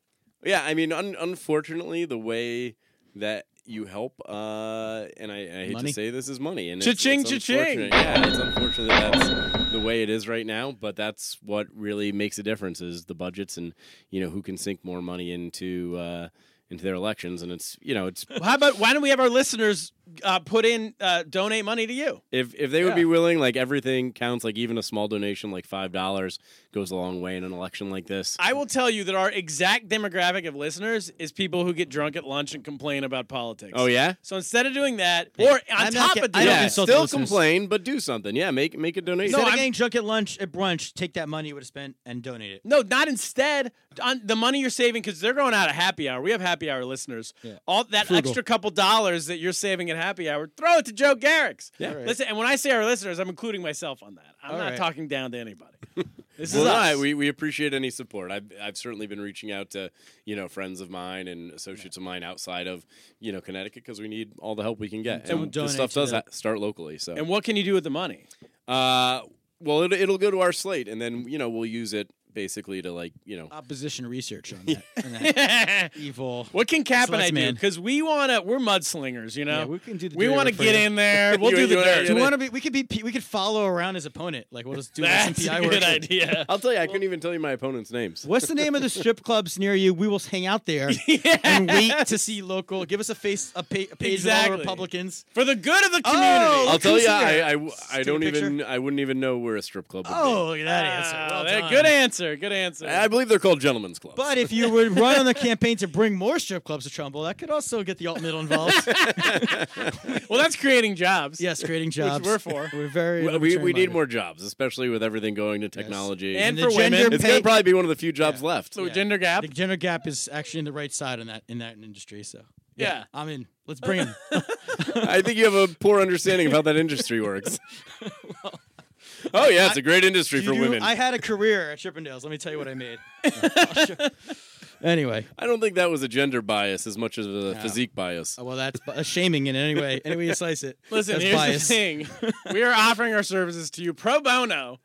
Yeah, I mean, un- unfortunately, the way that you help, uh, and I, I hate Money. to say this, is money. And Cha-ching, it's, it's cha-ching. unfortunate. Yeah, it's unfortunate that that's the way it is right now, but that's what really makes a difference is the budgets and you know who can sink more money into uh, into their elections, and it's you know it's Well, How about why don't we have our listeners uh, put in uh, donate money to you? if if they would Yeah. be willing, like everything counts, like even a small donation, like five dollars, goes a long way in an election like this. I will tell you that our exact demographic of listeners is people who get drunk at lunch and complain about politics. oh yeah. So instead of doing that, or on I'm not top ge- of I doing don't yeah, that, insult the still listeners. complain, but do something. Yeah, make make a donation. Instead No, of I'm- getting drunk at lunch at brunch, take that money you would have spent and donate it. No, not instead. On the money you're saving because they're going out at happy hour. We have happy hour listeners. Yeah. All that Frugal. extra couple dollars that you're saving at happy hour, throw it to Joe Garrick's. Yeah. All right. Listen, and when I say our listeners, I'm including myself on that. I'm All not right. talking down to anybody. this is Well, us. no, we, we appreciate any support. I've, I've certainly been reaching out to, you know, friends of mine and associates of mine outside of, you know, Connecticut because we need all the help we can get. Don't And donate this stuff to does the- ha- start locally. So, and what can you do with the money? uh, well, it, it'll go to our slate and then, you know, we'll use it basically to like, you know, Opposition research on that. on that evil. What can Cap and I do? Selectman. Because we want to, we're mudslingers, you know? Yeah, we can do the We dirty want to work for get you. in there. We'll You- do the you wanna- dirt. Do we want to be? We could be. P- We could follow around his opponent. Like we'll just do some That's PI a work. good idea. I'll tell you, I couldn't even tell you my opponent's names. What's the name of the strip clubs near you? We will hang out there and wait to see local. Give us a face, a, pa- a page of Exactly. all Republicans. For the good of the community. Oh, I'll tell you, I, consider- I w- I Take a don't picture. even, I wouldn't even know where a strip club would Oh, look at that answer. Ah, Well that- done. good answer. Good answer. be. I believe they're called gentlemen's clubs. But if you would run on the campaign to bring more strip clubs to Trumbull, that could also get the alt middle involved. well, that's creating jobs. yes, creating jobs. we're for. We're very. we, we, libertarian we need minded. more jobs, especially with everything going to technology. And the for women. gender it's pay- going to probably be one of the few jobs left. So gender gap. The gender gap is actually in the right side in that in that industry. So Yeah. I'm in. Let's bring him. I think you have a poor understanding of how that industry works. oh yeah, it's a great industry for You- women. I I, had a career at Chippendales. Let me tell you what I made. I'll show- anyway, don't think that was a gender bias as much as a physique bias. uh, well, that's bu- shaming in any way. Any way you slice it. Listen, that's here's bias. the thing. We are offering our services to you pro bono.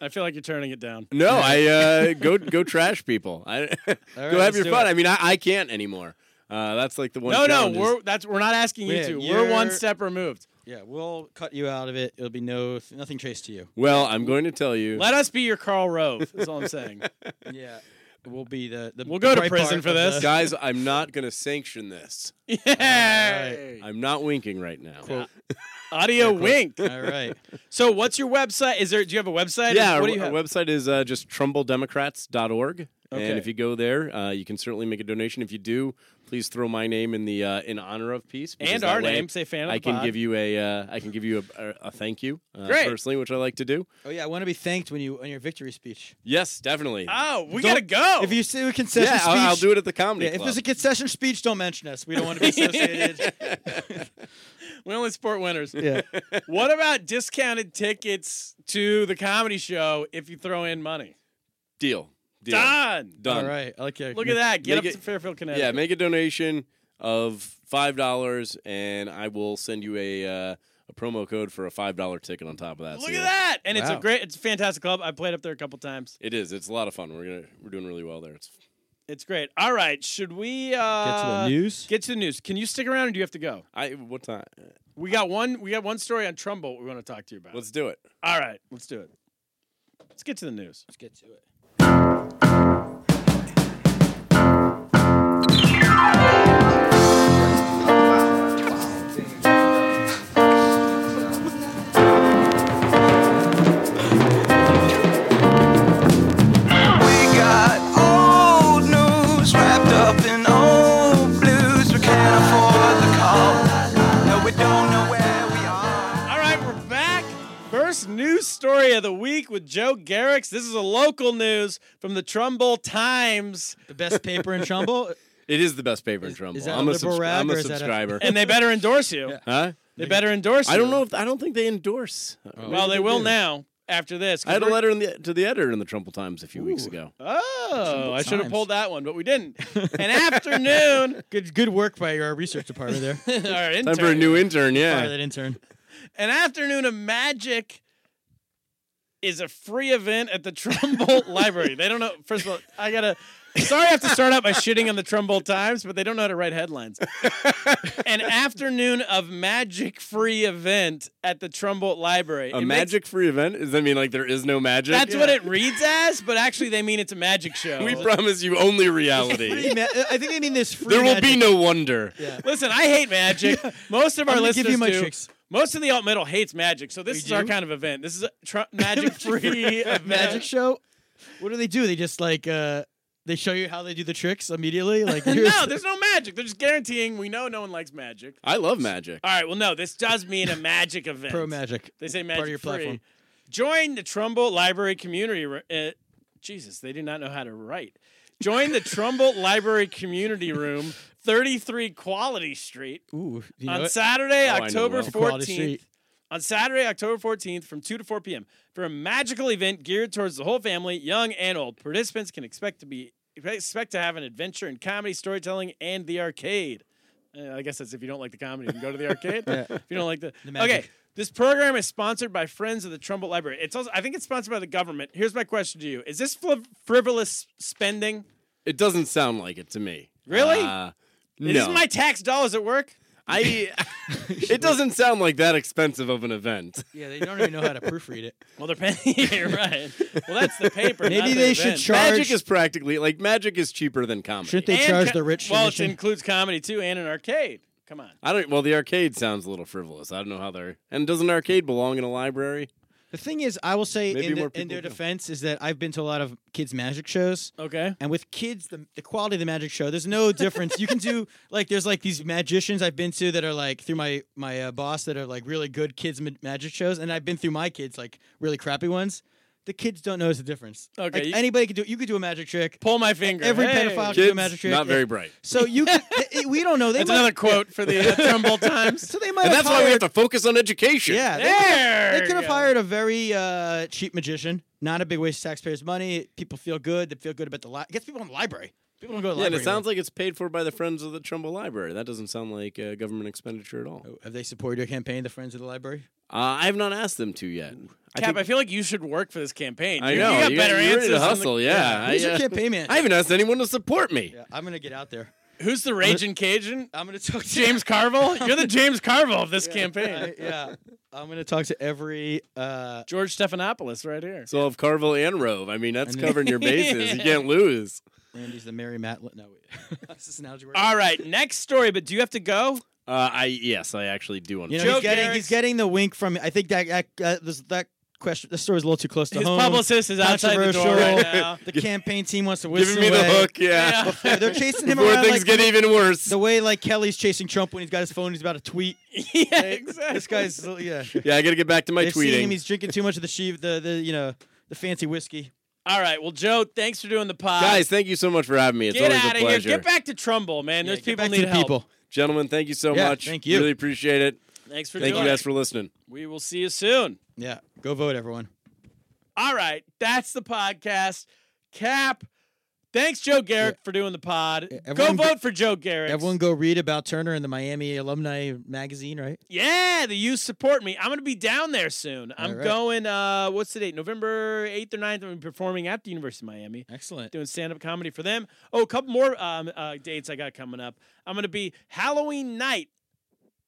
I feel like you're turning it down. No, I uh, go go trash people. I, go have let's your do fun. it. I mean, I, I can't anymore. Uh, that's like the one. No, no, challenge is- we're that's we're not asking you Yeah, to. We're one you're- step removed. Yeah, we'll cut you out of it. It'll be no nothing traced to you. well, I'm going to tell you. Let us be your Carl Rove. That's all I'm saying. Yeah, we'll be the. the We'll go to Breitbart prison for of this. the- Guys, I'm not going to sanction this. Yay! I'm not winking right now. Audio wink. All right. So, what's your website? Is there? Do you have a website? Yeah, our, What do you our have? website is uh, just trumbledemocrats.org. Okay. And if you go there, uh, you can certainly make a donation. If you do, please throw my name in the uh, in honor of piece because And that our way name, say fan of I the can pod. give you a uh, I can give you a, a, a thank you uh, Great. personally, which I like to do. Oh yeah, I want to be thanked when you on your victory speech. Yes, definitely. Oh, we Don't- gotta go. If you see a concession yeah, speech, I'll, I'll do it at the comedy Yeah, if club. there's a concession speech, don't mention us. We don't want to be associated. we only sport winners. yeah. what about discounted tickets to the comedy show if you throw in money? deal, deal, Done. done. All right. I like your Look at that. Get Make up it- to Fairfield, Connecticut. Yeah, make a donation of five dollars, and I will send you a uh, a promo code for a five dollar ticket on top of that. Look So at you'll- that. And it's a Wow. great, it's a fantastic club. I played up there a couple times. It is. It's a lot of fun. We're gonna we're doing really well there. It's It's great. All right. Should we uh, Get to the news. Get to the news. Can you stick around or do you have to go? I what time? We got one. We got one story on Trumbull we want to talk to you about. Let's do it. All right. Let's do it. Let's get to the news. Let's get to it. week with Joe Garrix. This is a local news from the Trumbull Times, The best paper in Trumbull. It is the best paper in Trumbull. is that I'm a a, liberal rag I'm or a is that a- subscriber. and they better endorse you. huh? They better endorse you. I don't know if I don't think they endorse. Oh. Well, they will now after this. 'cause I had a we're- letter in the, to the editor in the Trumbull Times a few weeks ago. Oh, I should have Times. pulled that one, but we didn't. An afternoon. Good, good work by your research department there. Our Time for a intern. new intern, Fire yeah. that intern. An afternoon of magic is a free event at the Trumbull Library. They don't know. First of all, I gotta. Sorry, I have to start out by shitting on the Trumbull Times, but they don't know how to write headlines. An afternoon of magic free event at the Trumbull Library. A It makes- magic free event? Does that mean like there is no magic? that's what it reads as, but actually they mean it's a magic show. We promise you only reality. Free ma- I think they mean this free. there will be magic. no wonder. Listen, I hate magic. Most of our I'm gonna listeners give you my do. tricks. Most of the alt metal hates magic, so this is our kind of event. This is a tr- magic free event. magic show. What do they do? They just like uh they show you how they do the tricks immediately. Like here's- no, there's no magic. They're just guaranteeing we know no one likes magic. I love magic. All right, well, no, this does mean a magic event. pro magic. They say magic Part of your free. platform. Join the Trumbull Library Community. Ro- Uh, Jesus, they do not know how to write. Join the Trumbull Library Community Room, 33 Quality Street, Ooh, you know on what? Saturday, Oh, I know October well. Quality 14th. Street. On Saturday, October 14th, from 2 to 4 p.m., for a magical event geared towards the whole family, young and old, participants can expect to be expect to have an adventure in comedy, storytelling, and the arcade. Uh, I guess that's if you don't like the comedy, you can go to the arcade. If you don't like the, magic. okay, this program is sponsored by Friends of the Trumbull Library. It's also I think it's sponsored by the government. Here's my question to you: Is this fliv- frivolous spending? It doesn't sound like it to me. Really? Uh, no. Is this my tax dollars at work? I. it doesn't sound like that expensive of an event. Yeah, they don't even know how to proofread it. Well, they're paying. yeah, right. Well, that's the paper. Maybe not the they should event. charge- Magic is practically like magic is cheaper than comedy. Shouldn't they And charge co- the rich? Well, it tradition? includes comedy too, and an arcade. Come on. I don't. Well, the arcade sounds a little frivolous. I don't know how they're. And does an arcade belong in a library? the thing is, I will say Maybe in, the- more in people their do. defense is that I've been to a lot of kids magic shows. Okay. And with kids, the, the quality of the magic show, there's no difference. you can do like there's like these magicians I've been to that are like through my my uh, boss that are like really good kids ma- magic shows, and I've been through my kids like really crappy ones. The kids don't notice the difference. Okay, Like, you- anybody could do. You could do a magic trick. Pull my finger. Every Hey. pedophile- Kids, magic trick, not yeah. very bright. So you, could, it- we don't know. They That's might- another quote for the uh, Trumbull Times. So they might. And have that's why we hired- have to focus on education. Yeah, they, There. they could have you go. hired a very uh, cheap magician. Not a big waste of taxpayers' money. People feel good. They feel good about the li- gets people in the library. People don't go to the Yeah, and library. it sounds like it's paid for by the Friends of the Trumbull Library. That doesn't sound like uh, government expenditure at all. anymore. have they supported your campaign, the Friends of the Library? Uh, I have not asked them to yet. I, Cap, think- I feel like you should work for this campaign. I You- know. You got better you're answers. Ready to than the- hustle, yeah. Who's I, your uh, campaign man? I haven't asked anyone to support me. Yeah, I'm gonna get out there. Who's the raging Cajun? I'm gonna talk to James Carville. You're the James Carville of this campaign. I- yeah, I'm gonna talk to every. Uh, George Stephanopoulos, right here. So of Carville and Rove. I mean, that's And- covering your bases. You can't lose. Randy's the Mary Matlin. No, wait. That's just an algebra. All right, next story. But do you have to go? Uh, I yes, I actually do. you know, Joe he's getting he's Garrick's- getting the wink from. I think that that uh, this, that question. The story's a little too close to His home. publicist is outside the door right Controversial. now. The campaign team wants to giving whistle me the away. hook. Yeah. Yeah, they're chasing him Before around things like get even worse. the way like Kelly's chasing Trump when he's got his phone. He's about to tweet. yeah, exactly. This guy's yeah. yeah, I got to get back to my They've tweeting. seen him. He's drinking too much of the sheep. The the you know the fancy whiskey. All right. Well, Joe, thanks for doing the pod. Guys, thank you so much for having me. It's get always out a of here. pleasure. Get back to Trumbull, man. There's Yeah, get people back need to the help. people. Gentlemen, thank you so Yeah, much. thank you. Really appreciate it. Thanks for Thank you doing guys it. for listening. We will see you soon. Yeah, go vote, everyone. All right, that's the podcast. Cap, thanks Joe Garrick for doing the pod. go E-, everyone go- vote for Joe Garrick. Everyone go read about Turner in the Miami Alumni Magazine, right? yeah, the youth support me. I'm going to be down there soon. I'm All right. going. Uh, what's the date? November 8th or 9th. I'm gonna be performing at the University of Miami. Excellent. doing stand up comedy for them. Oh, a couple more um, uh, dates I got coming up. I'm going to be Halloween night,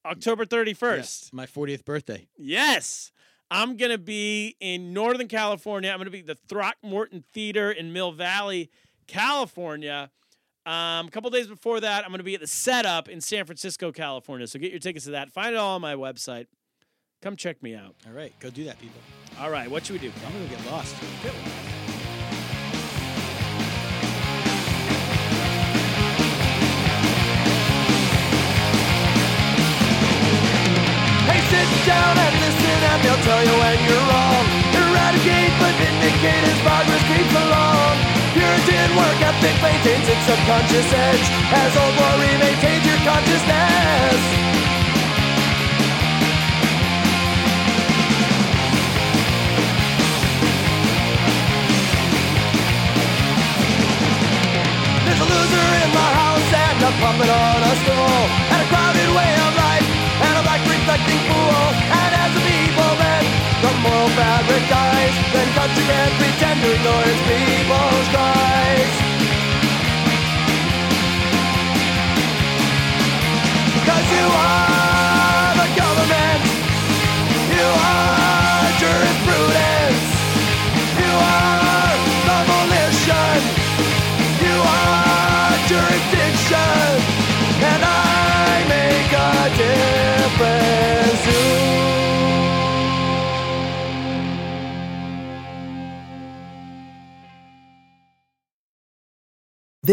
October 31st. Yes, my 40th birthday. Yes. I'm going to be in Northern California. I'm going to be at the Throckmorton Theater in Mill Valley, California. Um, a couple days before that, I'm going to be at the setup in San Francisco, California. So get your tickets to that. Find it all on my website. Come check me out. All right, go do that, people. All right, what should we do? I'm gonna get lost. Hey, sit down and listen, and they'll tell you when you're wrong. Irrational eradicate but vindicate as progress creeps along. Puritan work ethic maintains its subconscious edge as old glory maintains your consciousness. There's a loser in my house and a puppet on a stool And a crowded way of life and a black reflecting pool And as the people bend, the moral fabric dies Then comes again pretend to ignore its people's cries Because you are the government You are jurisprudence You are the volition you are jurisdiction, and I make a difference. Ooh.